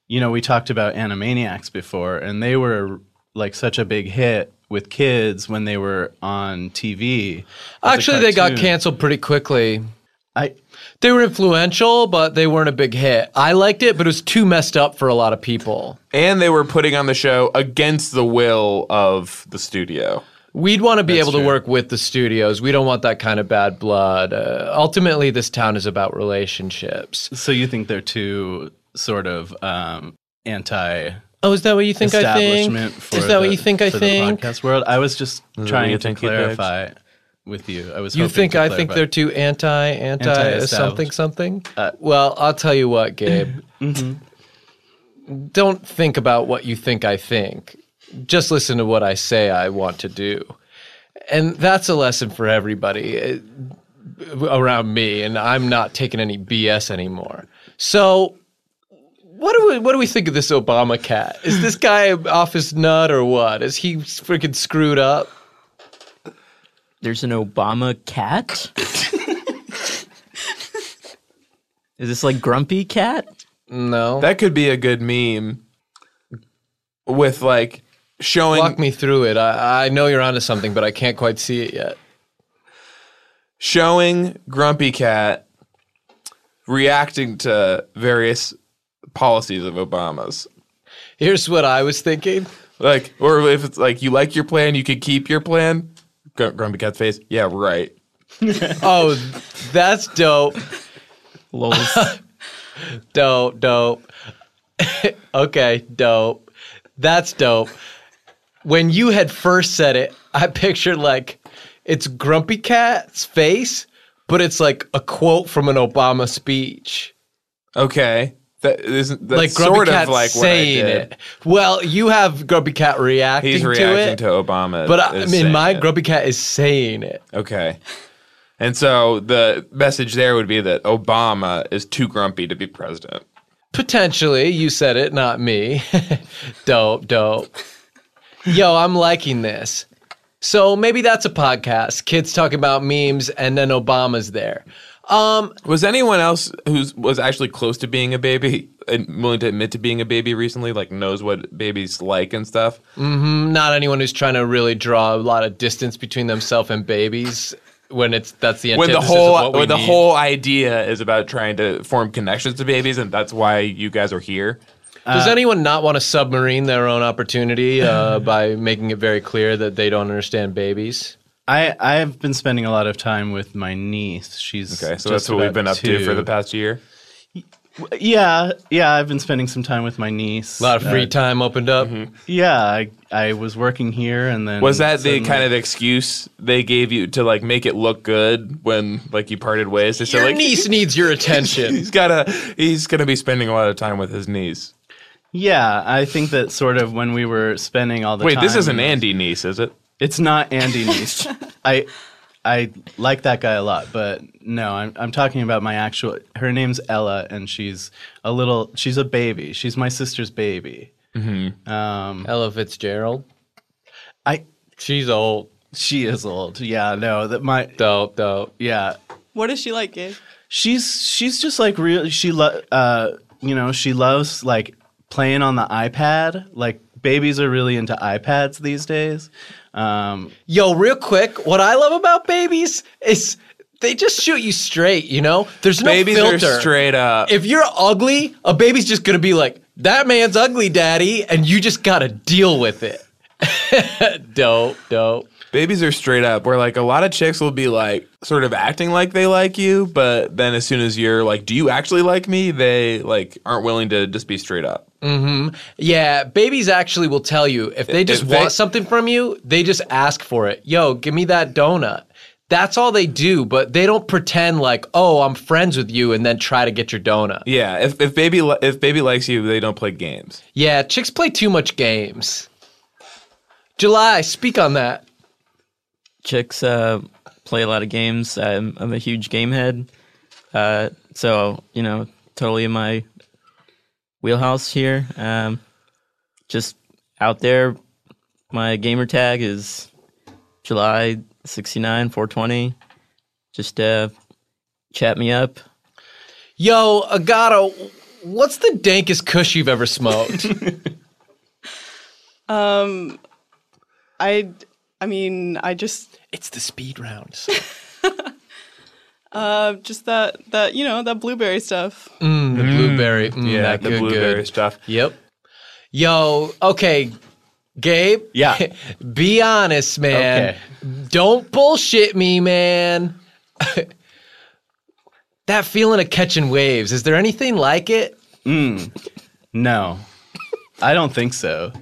Speaker 4: you know, we talked about Animaniacs before, and they were like such a big hit with kids when they were on TV. as a
Speaker 1: Actually, they got
Speaker 4: cartoon.
Speaker 1: canceled pretty quickly.
Speaker 4: I
Speaker 1: They were influential, but they weren't a big hit. I liked it, but it was too messed up for a lot of people.
Speaker 2: And they were putting on the show against the will of the studio.
Speaker 1: We'd want to be able to
Speaker 4: true.
Speaker 1: work with the studios. We don't want that kind of bad blood. Uh, ultimately, this town is about relationships.
Speaker 4: so you think they're too sort of um, anti.
Speaker 1: Oh, is that what you think I think?
Speaker 4: Establishment for
Speaker 1: Is that what
Speaker 4: the-
Speaker 1: you think I
Speaker 4: for
Speaker 1: think?
Speaker 4: The podcast world. I was just
Speaker 2: what you
Speaker 4: trying to
Speaker 2: think he
Speaker 4: clarify with you. I was.
Speaker 1: You
Speaker 4: hoping
Speaker 1: think
Speaker 4: to
Speaker 1: I think
Speaker 4: clarify.
Speaker 1: they're too anti, anti, something,
Speaker 4: Anti-established.
Speaker 1: something? well, I'll tell you what, Gabe. Don't think about what you think I think. Just listen to what I say I want to do. And that's a lesson for everybody eh, around me. And I'm not taking any BS anymore. So. What do we what do we think of this Obama cat? Is this guy off his nut or what? Is he freaking screwed up?
Speaker 5: There's an Obama cat? Is this like Grumpy Cat?
Speaker 1: No.
Speaker 2: That could be a good meme with like showing
Speaker 1: Walk me through it. I, I know you're onto something, but I can't quite see it yet.
Speaker 2: showing Grumpy Cat reacting to various policies of Obama's.
Speaker 1: Here's what I was thinking.
Speaker 2: Like, or if it's like you like your plan, you could keep your plan. Gr- Grumpy Cat's face. Yeah, right.
Speaker 1: Oh, that's dope.
Speaker 5: Lols.
Speaker 1: Dope, dope. okay, dope. That's dope. When you had first said it, I pictured like it's Grumpy Cat's face, but it's like a quote from an Obama speech.
Speaker 2: Okay, that isn't that's
Speaker 1: like Grumpy
Speaker 2: sort
Speaker 1: Cat's
Speaker 2: of like
Speaker 1: saying
Speaker 2: what I did.
Speaker 1: it. Well, you have Grumpy Cat reacting,
Speaker 2: He's
Speaker 1: to
Speaker 2: reacting
Speaker 1: it.
Speaker 2: to Obama,
Speaker 1: but I
Speaker 2: is
Speaker 1: mean,
Speaker 2: saying
Speaker 1: my
Speaker 2: it.
Speaker 1: Grumpy Cat is saying it.
Speaker 2: Okay. And so the message there would be that Obama is too grumpy to be president.
Speaker 1: Potentially, you said it, not me. dope, dope. Yo, I'm liking this. So maybe that's a podcast. Kids talking about memes, and then Obama's there. Um,
Speaker 2: Was anyone else who was actually close to being a baby and willing to admit to being a baby recently, like knows what babies like and stuff?
Speaker 1: not anyone who's trying to really draw a lot of distance between themselves and babies when it's that's the
Speaker 2: When the
Speaker 1: antithesis of
Speaker 2: whole
Speaker 1: what we
Speaker 2: when the
Speaker 1: need.
Speaker 2: whole idea is about trying to form connections to babies, and that's why you guys are here.
Speaker 1: Does anyone not want to submarine their own opportunity uh, by making it very clear that they don't understand babies?
Speaker 4: I I've been spending a lot of time with my niece. She's
Speaker 2: Okay, so that's
Speaker 4: just
Speaker 2: what we've
Speaker 4: about
Speaker 2: been up to
Speaker 4: two.
Speaker 2: for the past year.
Speaker 4: Yeah, yeah. I've been spending some time with my niece.
Speaker 1: A lot of free
Speaker 4: Uh,
Speaker 1: time opened up.
Speaker 2: Mm-hmm.
Speaker 4: yeah, I I was working here, and then
Speaker 2: Was that the
Speaker 4: suddenly-
Speaker 2: kind of excuse they gave you to like make it look good when like you parted ways? They said
Speaker 1: Your
Speaker 2: like
Speaker 1: niece needs your attention.
Speaker 2: he's gotta he's gonna be spending a lot of time with his niece.
Speaker 4: Yeah, I think that sort of when we were spending all the
Speaker 2: Wait,
Speaker 4: time.
Speaker 2: this isn't Andy niece, is it?
Speaker 4: It's not Andy niece. I I like that guy a lot, but no, I'm I'm talking about my actual. Her name's Ella, and she's a little. She's a baby. She's my sister's baby. Um,
Speaker 1: Ella Fitzgerald.
Speaker 4: I
Speaker 1: She's old.
Speaker 4: she is old. Yeah, no, that my
Speaker 1: Dope, dope.
Speaker 4: yeah.
Speaker 3: What is she like, Gabe?
Speaker 4: She's she's just like real. She lo- uh, you know, she loves like playing on the iPad. Like babies are really into iPads these days. Um,
Speaker 1: Yo, real quick, what I love about babies is they just shoot you straight, you know? There's no
Speaker 2: Babies are
Speaker 1: filter.
Speaker 2: straight up.
Speaker 1: If you're ugly, a baby's just gonna be like, that man's ugly, daddy, and you just gotta deal with it. dope, dope.
Speaker 2: Babies are straight up. Where like a lot of chicks will be like sort of acting like they like you, but then as soon as you're like, "Do you actually like me?" They like aren't willing to just be straight up.
Speaker 1: Yeah, babies actually will tell you if they just
Speaker 2: If they-
Speaker 1: want something from you, they just ask for it. Yo, give me that donut. That's all they do, but they don't pretend like, oh, I'm friends with you, and then try to get your donut.
Speaker 2: Yeah. If if baby li- if baby likes you, they don't play games.
Speaker 1: Yeah, chicks play too much games. July, speak on that.
Speaker 5: Chicks uh, play a lot of games. I'm, I'm a huge game head. Uh, so, you know, totally in my wheelhouse here. Um, just out there, my gamer tag is July 69, 420. Just uh, chat me up.
Speaker 1: Yo, Agato, what's the dankest kush you've ever smoked?
Speaker 3: Um, I, I mean, I just,
Speaker 1: it's the speed round.
Speaker 3: uh, just that, that you know, that blueberry stuff.
Speaker 1: Mm, the blueberry. Mm,
Speaker 2: Yeah,
Speaker 1: that
Speaker 2: the
Speaker 1: good,
Speaker 2: blueberry
Speaker 1: good.
Speaker 2: stuff.
Speaker 1: Yep. Yo, okay, Gabe.
Speaker 4: Yeah.
Speaker 1: Be honest, man. Don't bullshit me, man. that feeling of catching waves, is there anything like it?
Speaker 4: No, I don't think so.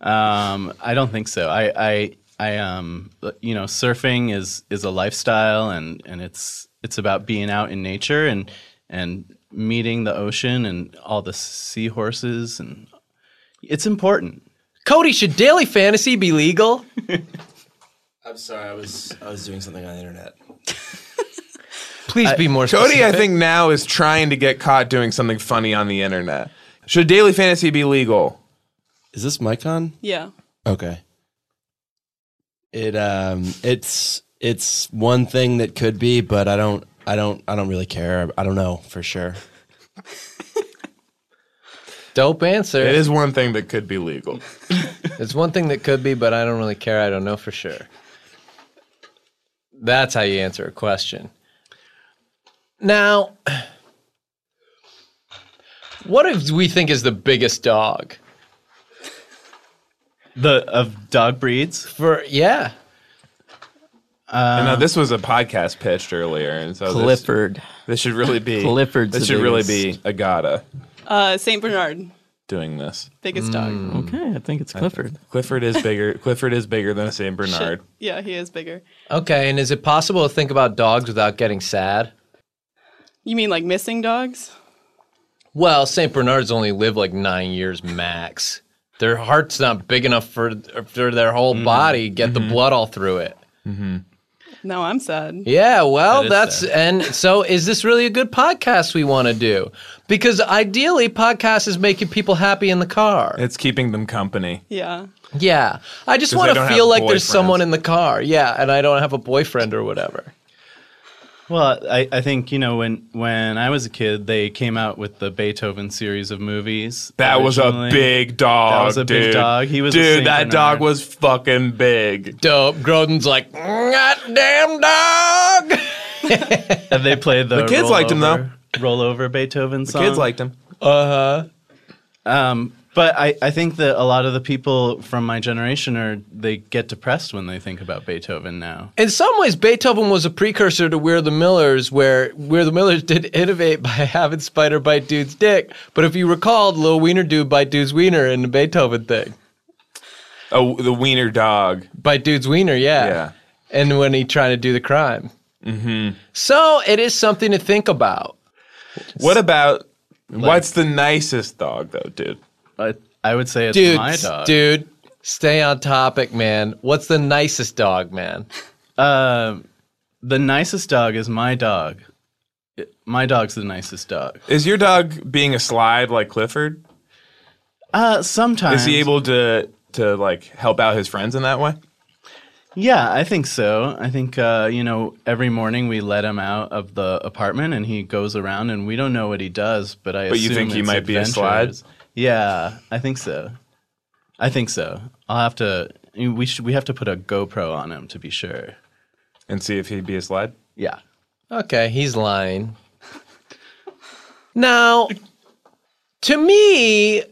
Speaker 4: Um, I don't think so. I, I, I, um, you know, surfing is is a lifestyle, and and it's it's about being out in nature and and meeting the ocean and all the seahorses, and it's important.
Speaker 1: Cody, should daily fantasy be legal?
Speaker 6: I'm sorry, I was I was doing something on the internet.
Speaker 1: Please be more specific.
Speaker 2: Cody, I think now is trying to get caught doing something funny on the internet. Should daily fantasy be legal?
Speaker 6: Is this mic on?
Speaker 3: Yeah.
Speaker 6: Okay. It um it's it's one thing that could be, but I don't I don't I don't really care. I don't know for sure.
Speaker 1: Dope answer.
Speaker 2: It is one thing that could be legal.
Speaker 1: It's one thing that could be, but I don't really care. I don't know for sure. That's how you answer a question. Now, what if we think is the biggest dog?
Speaker 4: The of dog breeds.
Speaker 1: For yeah,
Speaker 2: and now this was a podcast pitched earlier, and so this,
Speaker 5: Clifford.
Speaker 2: this should really be
Speaker 5: Clifford's
Speaker 2: This
Speaker 5: the
Speaker 2: should really be
Speaker 5: biggest.
Speaker 2: Agata
Speaker 3: Uh, Saint Bernard,
Speaker 2: doing this.
Speaker 3: biggest dog.
Speaker 5: Okay, Hmm. I think it's Clifford.
Speaker 2: Clifford is bigger. Clifford is bigger than a Saint Bernard.
Speaker 3: Shit. Yeah, he is bigger.
Speaker 1: okay. And is it possible to think about dogs without getting sad?
Speaker 3: You mean like missing dogs?
Speaker 1: Well, Saint Bernards only live like nine years max. Their heart's not big enough for for their whole
Speaker 2: Mm-hmm.
Speaker 1: body get the blood all through it.
Speaker 3: No, I'm sad.
Speaker 1: Yeah, well,
Speaker 4: is
Speaker 1: that's and so is this really a good podcast we want to do? Because ideally, podcast is making people happy in the car.
Speaker 2: It's keeping them company.
Speaker 3: Yeah.
Speaker 1: yeah, I just
Speaker 2: they
Speaker 1: want to
Speaker 2: don't
Speaker 1: feel
Speaker 2: have
Speaker 1: like there's
Speaker 2: boyfriends.
Speaker 1: someone in the car. Yeah, and I don't have a boyfriend or whatever.
Speaker 4: Well, I, I think you know when when I was a kid, they came out with the Beethoven series of movies.
Speaker 2: That was a
Speaker 4: originally.
Speaker 2: big dog.
Speaker 4: That was a big
Speaker 2: dude.
Speaker 4: dog. He was a
Speaker 2: dude.
Speaker 4: Saint
Speaker 2: that dog
Speaker 4: Bernard.
Speaker 2: was fucking big.
Speaker 1: Dope. Groden's like, "God damn dog.
Speaker 4: And they played the.
Speaker 2: The kids liked him, though.
Speaker 4: Roll over Beethoven song.
Speaker 2: Kids liked him.
Speaker 1: Uh-huh.
Speaker 4: Um, but I, I think that a lot of the people from my generation are they get depressed when they think about Beethoven now.
Speaker 1: In some ways, Beethoven was a precursor to We're the Millers, where We're the Millers did innovate by having Spider bite dude's dick. But if you recalled, Lil Wiener dude bite dude's wiener in the Beethoven thing.
Speaker 2: Oh, the wiener dog.
Speaker 1: By dude's wiener, yeah.
Speaker 2: Yeah.
Speaker 1: And when he trying to do the crime. Mm-hmm. So it is something to think about.
Speaker 2: What about? what's the nicest dog though, dude?
Speaker 4: I, I would say it's
Speaker 1: Dude,
Speaker 4: my dog.
Speaker 1: dude, stay on topic, man. What's the nicest dog, man?
Speaker 4: Um, the nicest dog is my dog. It- My dog's the nicest dog.
Speaker 2: Is your dog being a slide like Clifford?
Speaker 4: Uh, sometimes.
Speaker 2: Is he able to to like help out his friends in that way?
Speaker 4: Yeah, I think so. I think uh, you know every morning we let him out of the apartment and he goes around and we don't know what he does, but I.
Speaker 2: But you
Speaker 4: assume
Speaker 2: think he
Speaker 4: it's
Speaker 2: might be a slide?
Speaker 4: adventures. Yeah, I think so. I think so. I'll have to. We should. We have to put a GoPro on him to be sure.
Speaker 2: And see if he'd be a slide?
Speaker 4: Yeah.
Speaker 1: Okay, he's lying. now, to me,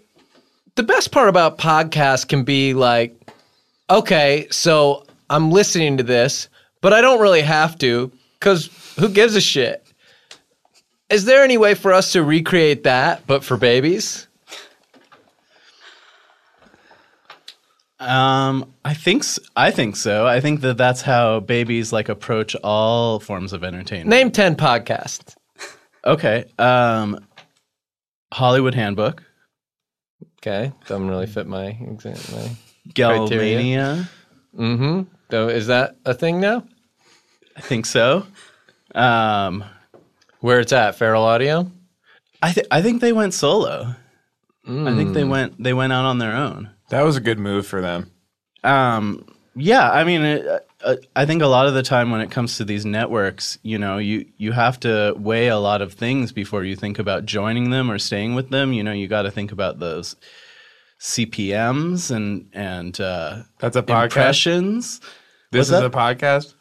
Speaker 1: the best part about podcasts can be like, okay, so I'm listening to this, but I don't really have to because who gives a shit? Is there any way for us to recreate that, but for babies?
Speaker 4: Um, I think. s I think so. I think that that's how babies like approach all forms of entertainment.
Speaker 1: Name 10 podcasts.
Speaker 4: Okay. Um, Hollywood Handbook,
Speaker 1: Okay, doesn't really fit my exactly. Criteria.
Speaker 4: Galmania.
Speaker 1: Mm-hmm. So is that a thing now?
Speaker 4: I think so. Um,
Speaker 1: Where it's at, Feral Audio?
Speaker 4: I th- I think they went solo. I think
Speaker 1: Mm.
Speaker 4: they went they went out on their own.
Speaker 2: That was a good move for them.
Speaker 4: Um, yeah, I mean, it, uh, I think a lot of the time when it comes to these networks, you know, you you have to weigh a lot of things before you think about joining them or staying with them. You know, you got to think about those CPMS and and uh,
Speaker 2: That's a podcast.
Speaker 4: impressions.
Speaker 2: This
Speaker 4: What's
Speaker 2: is
Speaker 4: that?
Speaker 2: a podcast.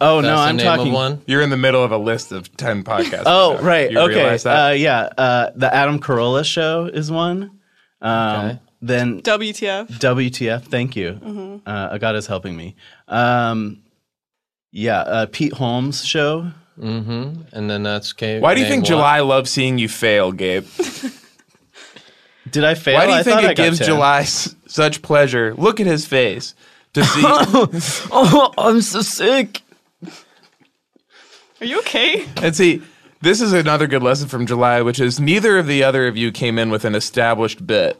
Speaker 4: Oh
Speaker 1: That's
Speaker 4: no,
Speaker 1: the
Speaker 4: I'm
Speaker 1: name of
Speaker 4: talking.
Speaker 1: one.
Speaker 2: You're in the middle of a list of ten podcasts.
Speaker 4: Oh right,
Speaker 2: You
Speaker 4: okay,
Speaker 2: realize that?
Speaker 4: Uh, yeah. Uh, the Adam Carolla show is one. Um,
Speaker 1: Okay.
Speaker 4: Then
Speaker 3: WTF?
Speaker 4: WTF? Thank you. Uh, God is helping me. Um, yeah, uh, Pete Holmes show.
Speaker 1: Mm-hmm. And then that's okay.
Speaker 2: Why do you
Speaker 1: name
Speaker 2: think
Speaker 1: one.
Speaker 2: July loves seeing you fail, Gabe?
Speaker 4: Did I fail?
Speaker 2: Why do you
Speaker 4: Oh, I
Speaker 2: think
Speaker 4: thought I
Speaker 2: it
Speaker 4: got
Speaker 2: gives
Speaker 4: 10.
Speaker 2: July s- such pleasure? Look at his face to see.
Speaker 5: Oh, I'm so sick.
Speaker 3: Are you okay?
Speaker 2: and see, this is another good lesson from July, which is neither of the other of you came in with an established bit.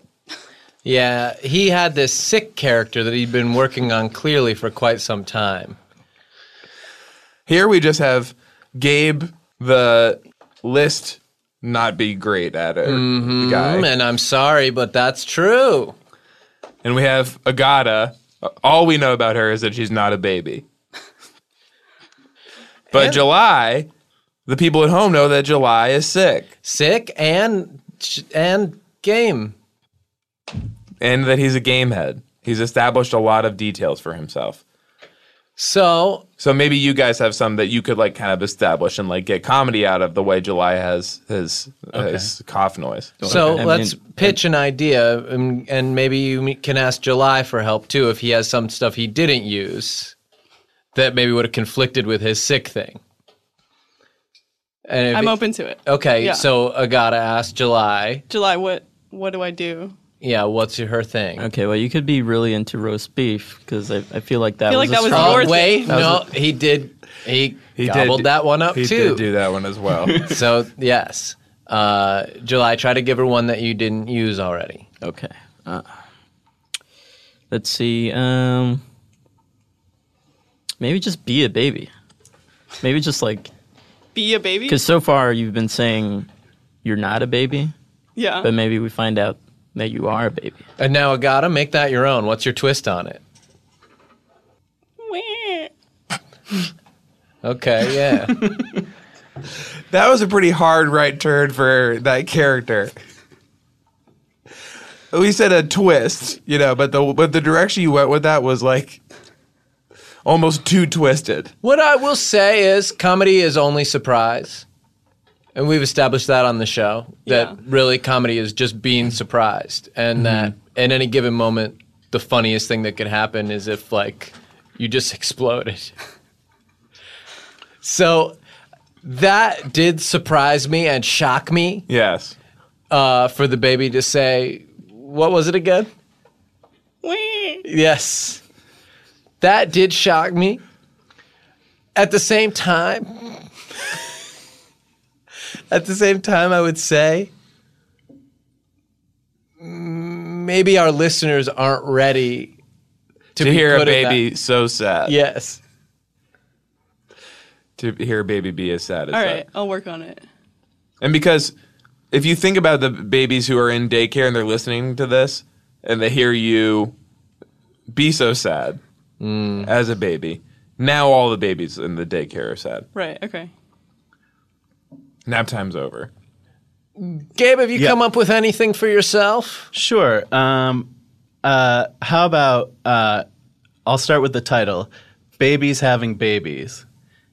Speaker 1: Yeah, he had this sick character that he'd been working on clearly for quite some time.
Speaker 2: Here we just have Gabe, the list not be great at it
Speaker 4: Mm-hmm.
Speaker 2: guy,
Speaker 1: Mm, And I'm sorry, but that's true.
Speaker 2: and we have Agata. All we know about her is that she's not a baby. But July, the people at home know that July is sick
Speaker 1: Sick and and game.
Speaker 2: and that he's a game head. He's established a lot of details for himself.
Speaker 1: So
Speaker 2: So maybe you guys have some that you could like kind of establish and like get comedy out of the way July has his his cough noise.
Speaker 1: so
Speaker 5: I mean-
Speaker 1: let's pitch an idea, and, and maybe you me- can ask July for help too if he has some stuff he didn't use that maybe would have conflicted with his sick thing. And if
Speaker 3: I'm
Speaker 1: it-
Speaker 3: open to it.
Speaker 1: Okay,
Speaker 3: yeah.
Speaker 1: so Agata asked July.
Speaker 3: July, what what do I do?
Speaker 1: Yeah, what's her thing?
Speaker 5: Okay, well, you could be really into roast beef because I, I feel like that
Speaker 3: feel
Speaker 5: was
Speaker 3: like
Speaker 5: a
Speaker 3: that was
Speaker 5: strong-
Speaker 1: Oh
Speaker 3: yours.
Speaker 1: wait,
Speaker 5: was
Speaker 1: no, he did. He, gobbled that one up
Speaker 2: he
Speaker 1: too.
Speaker 2: did do that one as well.
Speaker 1: So yes, uh, July, try to give her one that you didn't use already.
Speaker 5: Okay. Uh, let's see. Um, maybe just be a baby. Maybe just like
Speaker 3: Be a baby?
Speaker 5: because so far you've been saying you're not a baby,
Speaker 3: Yeah.
Speaker 5: but maybe we find out that you are a baby.
Speaker 1: And now Agata, make that your own. What's your twist on it?
Speaker 3: Wah.
Speaker 1: Okay, yeah.
Speaker 2: that was a pretty hard right turn for that character. We said a twist, you know, but the but the direction you went with that was like almost too twisted.
Speaker 1: what I will say is, comedy is only surprise, and we've established that on the show. That
Speaker 3: Yeah.
Speaker 1: really comedy is just being surprised, and that in any given moment, the funniest thing that could happen is if like you just exploded. so that did surprise me and shock me.
Speaker 2: Yes.
Speaker 1: uh, for the baby to say, what was it again?
Speaker 3: Wah.
Speaker 1: Yes. That did shock me. At the same time, at the same time, I would say mm, maybe our listeners aren't ready
Speaker 2: To hear a
Speaker 1: put in that-
Speaker 2: baby so sad.
Speaker 1: Yes.
Speaker 2: To hear a baby be as sad as
Speaker 3: All
Speaker 2: that.
Speaker 3: right, I'll work on it.
Speaker 2: And because if you think about the babies who are in daycare and they're listening to this and they hear you be so sad as a baby, now all the babies in the daycare are sad.
Speaker 3: Right. Okay.
Speaker 2: Nap time's over.
Speaker 1: Gabe, have you
Speaker 4: Yeah.
Speaker 1: come up with anything for yourself?
Speaker 4: Sure. Um, uh, how about uh, I'll start with the title Babies Having Babies.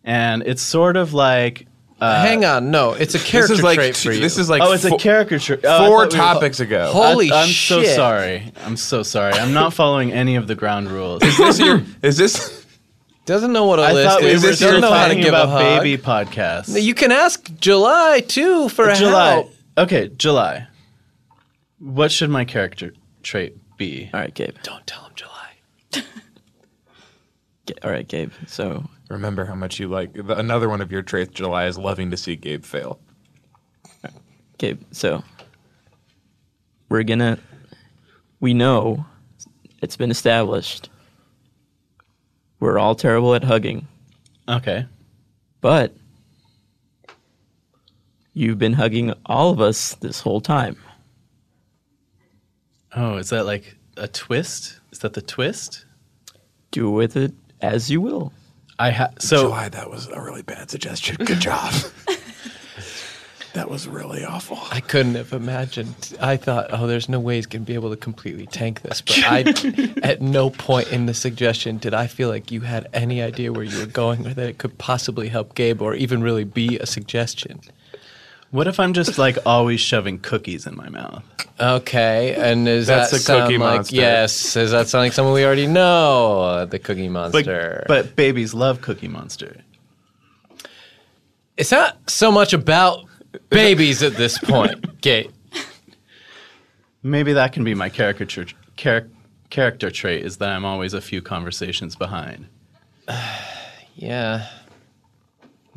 Speaker 4: And it's sort of like.
Speaker 1: Hang on, no, it's a character
Speaker 2: Uh, this is like
Speaker 1: trait for
Speaker 2: two-
Speaker 1: you.
Speaker 2: this is like
Speaker 4: Oh, it's
Speaker 2: fo-
Speaker 4: a caricature. Oh, I thought
Speaker 2: four
Speaker 4: we were-
Speaker 2: topics ago.
Speaker 1: Ho- Holy
Speaker 4: I, I'm so
Speaker 1: shit.
Speaker 4: sorry. I'm so sorry. I'm not following any of the ground rules.
Speaker 2: is this your, is this
Speaker 1: doesn't know what a
Speaker 4: I
Speaker 1: list
Speaker 4: thought we
Speaker 1: is.
Speaker 4: were
Speaker 1: doesn't
Speaker 4: still
Speaker 1: know how to
Speaker 4: talking
Speaker 1: give a
Speaker 4: about
Speaker 1: hug.
Speaker 4: baby podcasts.
Speaker 1: You can ask July too for
Speaker 4: July.
Speaker 1: help.
Speaker 4: Okay, July. What should my character trait be?
Speaker 5: All right, Gabe.
Speaker 1: Don't tell him July.
Speaker 5: Ga- All right, Gabe. So
Speaker 2: Remember how much you like the, another one of your traits July is loving to see Gabe fail.
Speaker 5: Gabe, so we're gonna. We know it's been established. We're all terrible at hugging,
Speaker 4: Okay.
Speaker 5: but you've been hugging all of us this whole time.
Speaker 4: Oh, is that like a twist? Is that the twist?
Speaker 5: Do with it as you will.
Speaker 4: I ha- so
Speaker 2: July, that was a really bad suggestion. Good job. that was really awful.
Speaker 1: I couldn't have imagined. I thought, oh, there's no way he's going to be able to completely tank this. But I, at no point in the suggestion did I feel like you had any idea where you were going or that it could possibly help Gabe or even really be a suggestion.
Speaker 4: what if I'm just like always shoving cookies in my mouth?
Speaker 1: Okay, and is
Speaker 2: That's
Speaker 1: that
Speaker 2: the
Speaker 1: sound
Speaker 2: Cookie
Speaker 1: like
Speaker 2: Monster.
Speaker 1: yes? Is that sound like someone we already know? Uh, the Cookie
Speaker 4: But
Speaker 1: Monster.
Speaker 4: but babies love Cookie Monster.
Speaker 1: it's not so much about babies at this point, Gabe.
Speaker 4: Maybe that can be my caricature char- character trait is that I'm always a few conversations behind.
Speaker 1: Yeah,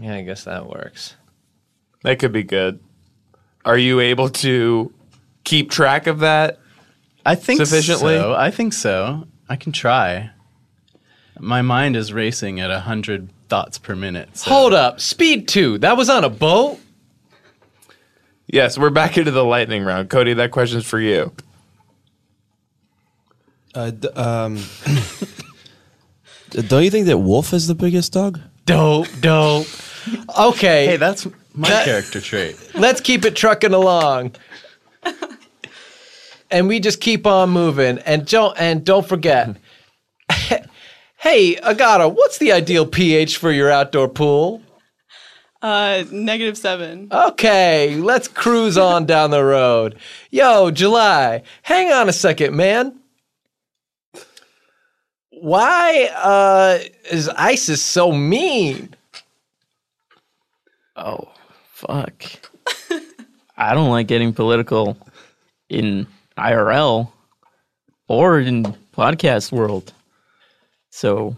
Speaker 1: yeah, I guess that works.
Speaker 2: That could be good. Are you able to keep track of that?
Speaker 4: I think
Speaker 2: Sufficiently?
Speaker 4: So. I think so. I can try. My mind is racing at hundred thoughts per minute. So.
Speaker 1: Hold up, Speed Two. That was on a boat.
Speaker 2: Yes, we're back into the lightning round. Cody, that question's for you.
Speaker 6: Uh, d- um, don't you think that Wolf is the biggest dog?
Speaker 1: Dope, dope. Okay,
Speaker 4: Hey, that's my
Speaker 1: That-
Speaker 4: character trait.
Speaker 1: let's keep it trucking along. and we just keep on moving. And don't and don't forget. hey, Agata, what's the ideal pH for your outdoor pool?
Speaker 3: Uh, negative seven.
Speaker 1: Okay, let's cruise on down the road. Yo, July, hang on a second, man. Why uh, is ISIS so mean?
Speaker 5: Oh, fuck. I don't like getting political in IRL or in podcast world. So,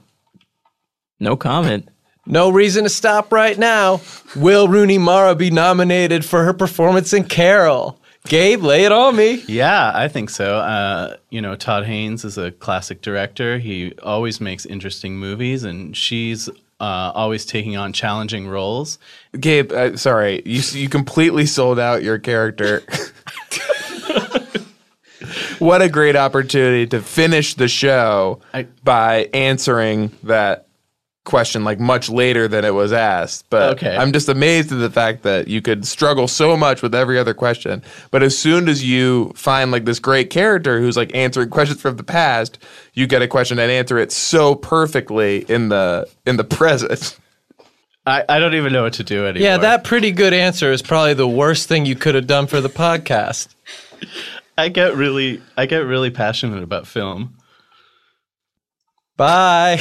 Speaker 5: no comment.
Speaker 1: No reason to stop right now. Will Rooney Mara be nominated for her performance in Carol? Gabe, lay it on me.
Speaker 4: Yeah, I think so. Uh, you know, Todd Haynes is a classic director. He always makes interesting movies, and she's uh, always taking on challenging roles.
Speaker 2: Gabe, uh, sorry, you you completely sold out your character. what a great opportunity to finish the show
Speaker 4: I-
Speaker 2: by answering that question like much later than it was asked. But
Speaker 4: Okay.
Speaker 2: I'm just amazed at the fact that you could struggle so much with every other question. But as soon as you find like this great character who's like answering questions from the past, you get a question and answer it so perfectly in the in the present.
Speaker 4: I, I don't even know what to do anymore.
Speaker 1: Yeah, that pretty good answer is probably the worst thing you could have done for the podcast.
Speaker 4: I get really, I get really passionate about film.
Speaker 1: Bye.